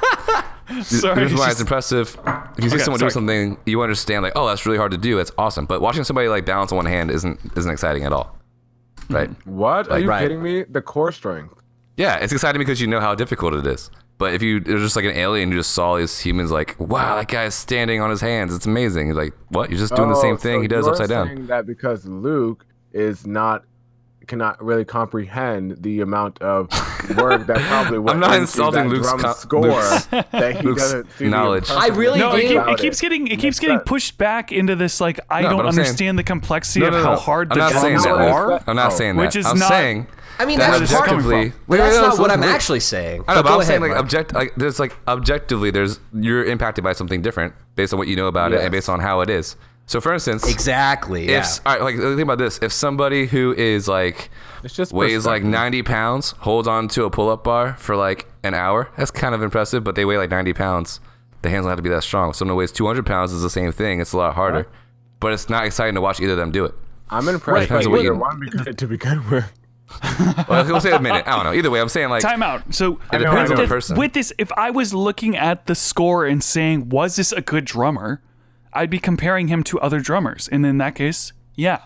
Sorry, the reason why it's it's just- impressive. If you see Okay, someone sorry. do something, you understand like, oh, that's really hard to do. It's awesome. But watching somebody like balance on one hand isn't isn't exciting at all, right? What? Are you right. kidding me? The core strength. Yeah, it's exciting because you know how difficult it is. But if you it was just like an alien, you just saw these humans like, wow, that guy's standing on his hands. It's amazing. You're like, what? You're just doing the Oh, same thing so he does you're upside down. saying That because Luke is not cannot really comprehend the amount of work that (laughs) probably went not into insulting that Luke's drum co- score Luke's- (laughs) that he Luke's doesn't see the knowledge. impressiveness I really No, it, do. keep, it about keeps getting it Makes keeps getting sense. pushed back into this like I No, but don't I'm saying- understand the complexity No, of no, no, how no. hard the I'm not drums saying that. Luke. are. I'm not saying that. Which is I'm not- saying. I mean, that that's part of- objectively. Wait, But Wait, that's wait, not listen, what listen, I'm wait. actually saying. I know, but But go I'm ahead, saying like Mark. object like there's like objectively there's you're impacted by something different based on what you know about it and based on how it is. So for instance, exactly. if Yeah. all right, like think about this, if somebody who is like It's just weighs like perspective. 90 pounds holds on to a pull-up bar for like an hour, that's kind of impressive. But they weigh like 90 pounds. The hands don't have to be that strong. If someone who weighs 200 pounds is the same thing. It's a lot harder, but it's not exciting to watch either of them do it. I'm impressed Right, by like, either what- one because, to begin with. Well, we'll say a minute. I don't know. Either way, I'm saying like Time out. So depends with on the this- person. with this, if I was looking at the score and saying, was this a good drummer? I'd be comparing him to other drummers. And in that case, yeah.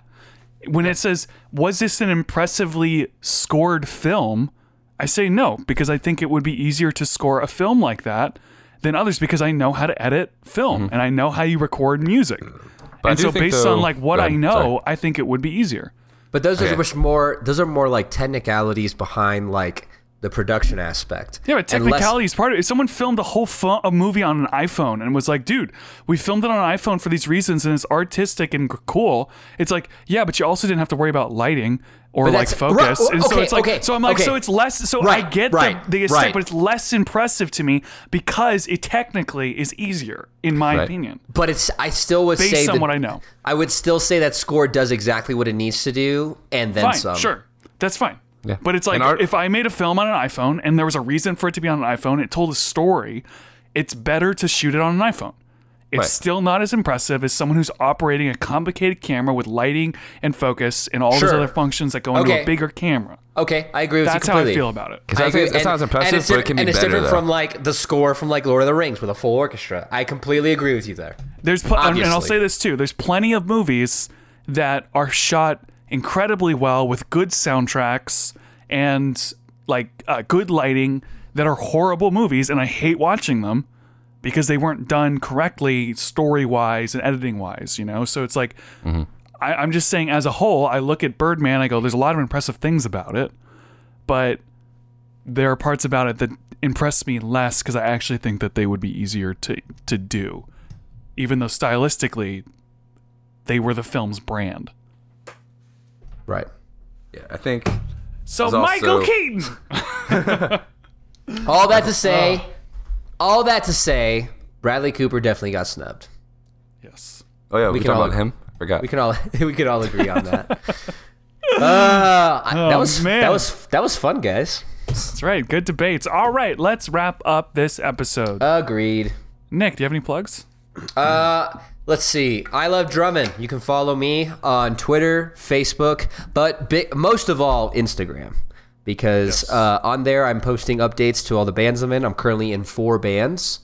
When it says, was this an impressively scored film? I say no because I think it would be easier to score a film like that than others because I know how to edit film and I know how you record music. Mm-hmm. But I and do so think, based on though- like what Go I ahead. know, Sorry. I think it would be easier. But those Okay. are much more. Those are more like technicalities behind like the production aspect. Yeah, but And less- technicality is part of it. If someone filmed a whole fu- a movie on an iPhone and was like, dude, we filmed it on an iPhone for these reasons and it's artistic and g- cool, it's like, yeah, but you also didn't have to worry about lighting or But like that's- focus. right, and so okay, it's like, okay, so I'm like, okay. so it's less, so I Right, get right, the, the aesthetic, right. but it's less impressive to me because it technically is easier, in my Right. opinion, But it's. I still would say based on that- what I know. I would still say that score does exactly what it needs to do, and then Fine, some. sure. That's fine. Yeah. But it's like And our- if I made a film on an iPhone and there was a reason for it to be on an iPhone, it told a story, it's better to shoot it on an iPhone. It's Right. still not as impressive as someone who's operating a complicated camera with lighting and focus and all those Sure. other functions that go into a Okay. bigger camera. Okay, I agree with That's you how I completely. feel about it. It's not- agree. it's not as impressive, and it's, but it different- can be and it's better, different though. from like the score from like Lord of the Rings with a full orchestra. I completely agree with you there. There's pl- and and I'll Obviously. say this too. There's plenty of movies that are shot incredibly well with good soundtracks and like uh, good lighting that are horrible movies, and I hate watching them because they weren't done correctly story wise and editing wise. You know, so it's like I, I'm just saying as a whole, I look at Birdman, I go, there's a lot of impressive things about it, but there are parts about it that impress me less because I actually think that they would be easier to to do even though stylistically they were the film's brand. Right. Yeah, I think So There's also- Michael Keaton. All that to say, Oh. all that to say, Bradley Cooper definitely got snubbed. (laughs) Yes. Oh yeah, we, can can talk all- about him. I forgot. We can all (laughs) we could all agree on that. (laughs) Uh, I- that Oh, was man. that was that was fun, guys. That's right. Good debates. All right, let's wrap up this episode. Agreed. Nick, do you have any plugs? Uh, let's see. I love Drummond. You can follow me on Twitter, Facebook, but bi- most of all, Instagram. Because uh, on there, I'm posting updates to all the bands I'm in. I'm currently in four bands.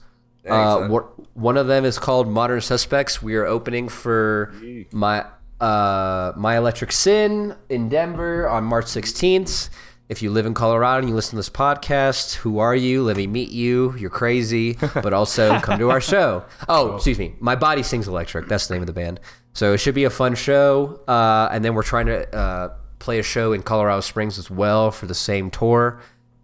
Uh, Excellent. wh- one of them is called Modern Suspects. We are opening for my uh, My Electric Sin in Denver on March 16th. If you live in Colorado and you listen to this podcast, who are you? Let me meet you. You're crazy, but also come to our show. Oh, excuse me. My Body Sings Electric. That's the name of the band. So it should be a fun show. Uh, and then we're trying to uh, play a show in Colorado Springs as well for the same tour.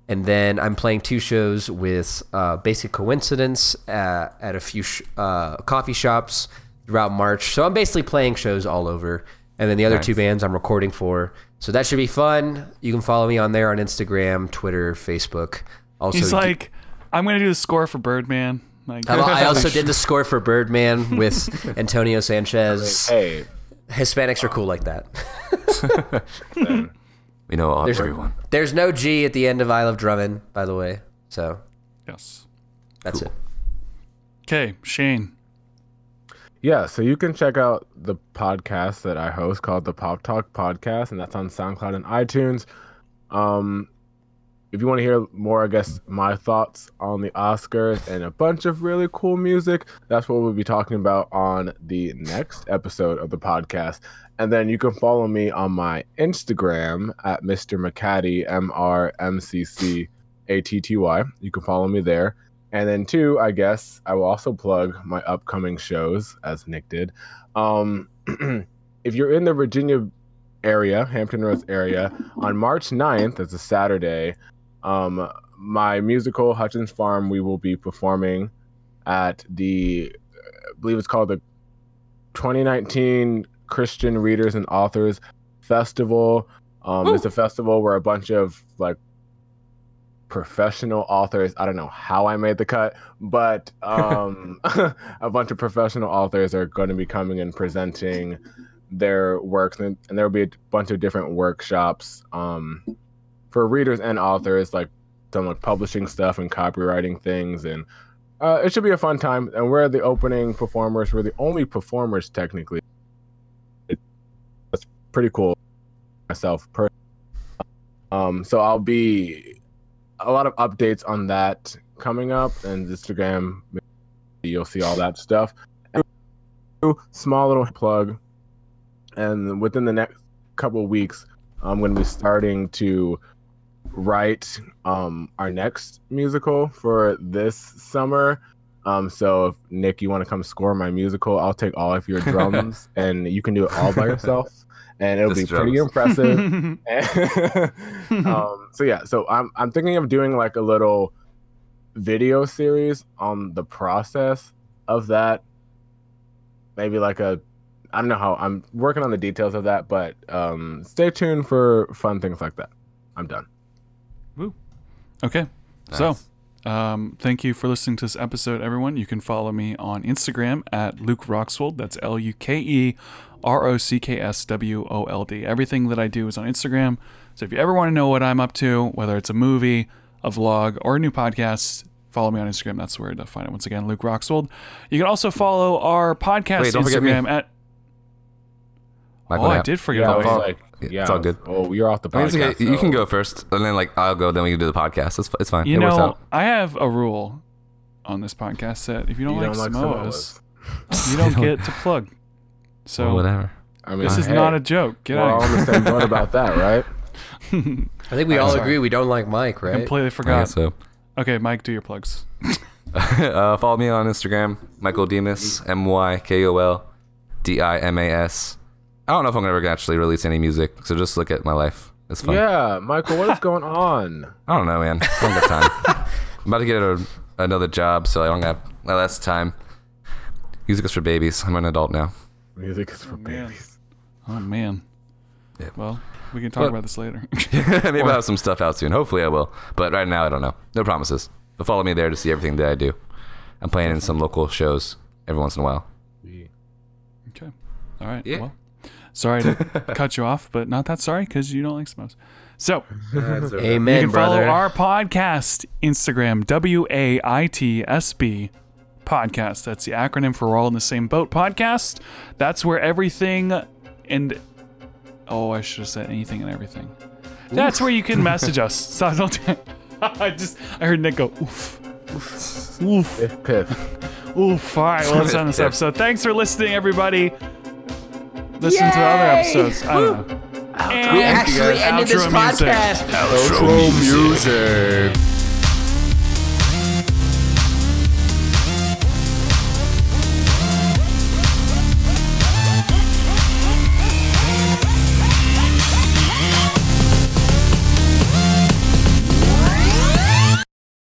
And then I'm playing two shows with uh, Basic Coincidence at, at a few sh- uh, coffee shops throughout March. So I'm basically playing shows all over. And then the other two bands I'm recording for. So that should be fun. You can follow me on there on Instagram, Twitter, Facebook. Also, He's like, I'm gonna do the score for Birdman. Like, I (laughs) I also did the score for Birdman with Antonio Sanchez. Hey, Hispanics are cool like that. We know all, everyone. There's no G at the end of I Love Drummond, by the way. So Yes. that's it. Okay, Shane. Yeah, so you can check out the podcast that I host called the Pop Talk Podcast, and that's on SoundCloud and iTunes. Um, if you want to hear more, I guess my thoughts on the Oscars and a bunch of really cool music, that's what we'll be talking about on the next episode of the podcast. And then you can follow me on my Instagram at Mr. McCaddy, M R M C C A T T Y. You can follow me there. And then two, I guess I will also plug my upcoming shows as Nick did. Um, (clears throat) if you're in the Virginia area, Hampton Roads area, on March 9th, it's a Saturday, um, my musical Hutchins Farm, we will be performing at the, I believe it's called the 2019 Christian Readers and Authors Festival. Um, it's a festival where a bunch of like professional authors. I don't know how I made the cut, but um, (laughs) a bunch of professional authors are going to be coming and presenting their works, and, and there will be a bunch of different workshops um, for readers and authors, like some like publishing stuff and copywriting things, and uh, it should be a fun time. And we're the opening performers. We're the only performers technically. It, that's pretty cool. Myself, per- um, so I'll be a lot of updates on that coming up and Instagram. You'll see all that stuff. And small little plug, and within the next couple of weeks, I'm going to be starting to write um, our next musical for this summer. Um, so if Nick, you want to come score my musical, I'll take all of your drums, and you can do it all by yourself, and it'll Just be pretty drums. (laughs) impressive. (laughs) um, so yeah, so I'm I'm thinking of doing like a little video series on the process of that. Maybe like a I don't know how I'm working on the details of that, but um, stay tuned for fun things like that. I'm done. Okay. So, um, thank you for listening to this episode, everyone. You can follow me on Instagram at Luke Roxwold. That's L U K E R O C K S W O L D. Everything that I do is on Instagram. So, if you ever want to know what I'm up to, whether it's a movie, a vlog, or a new podcast, follow me on Instagram. That's where to find it. Once again, Luke Roxwold. You can also follow our podcast Wait, don't forget me. Instagram at. Michael Oh, I Knapp. did forget I about was you. like, Yeah, it's all good. Oh, you're off the I mean, podcast. it's okay. You can so- go first, and then like I'll go. Then we can do the podcast. It's, it's fine. You it works know, out. I have a rule on this podcast that if you don't, You like, don't like Samoas, Samoas. you don't get to plug. So whatever. I mean, This is hey, not a joke. Get We're all on out. the same boat about that, (laughs) right? I think we all agree we don't like Mike, right? Completely I forgot. guess so. Okay, Mike, do your plugs. (laughs) uh, follow me on Instagram, Michael Demas, M Y K O L D I M A S. I don't know if I'm ever gonna actually release any music, so just look at my life. It's fun. Yeah, Michael, what is (laughs) going on? I don't know, man. I don't got time. I'm about to get a, another job, so I don't have well, that's time. Music is for babies. I'm an adult now. (laughs) Music is for man. babies. Oh man. Yeah. Well, we can talk Well- about this later. (laughs) Maybe I'll have some stuff out soon. Hopefully, I will. But right now, I don't know. No promises. But follow me there to see everything that I do. I'm playing in some local shows every once in a while. okay. All right. Yeah. Well, sorry (laughs) to cut you off, but not that sorry because you don't like smokes. So you Amen, can brother. follow our podcast Instagram W A I T S B podcast. That's the acronym for We're All in the Same Boat podcast. That's where everything and oh, I should have said anything and everything. That's where you can message (laughs) us. So don't. (laughs) I just I heard Nick go oof. Oof. Piff, piff. Oof. All right, well, let's end this episode. Thanks for listening, everybody. Listen to other Yay! episodes. I don't know. we And actually ended this Outro music. podcast. Outro music.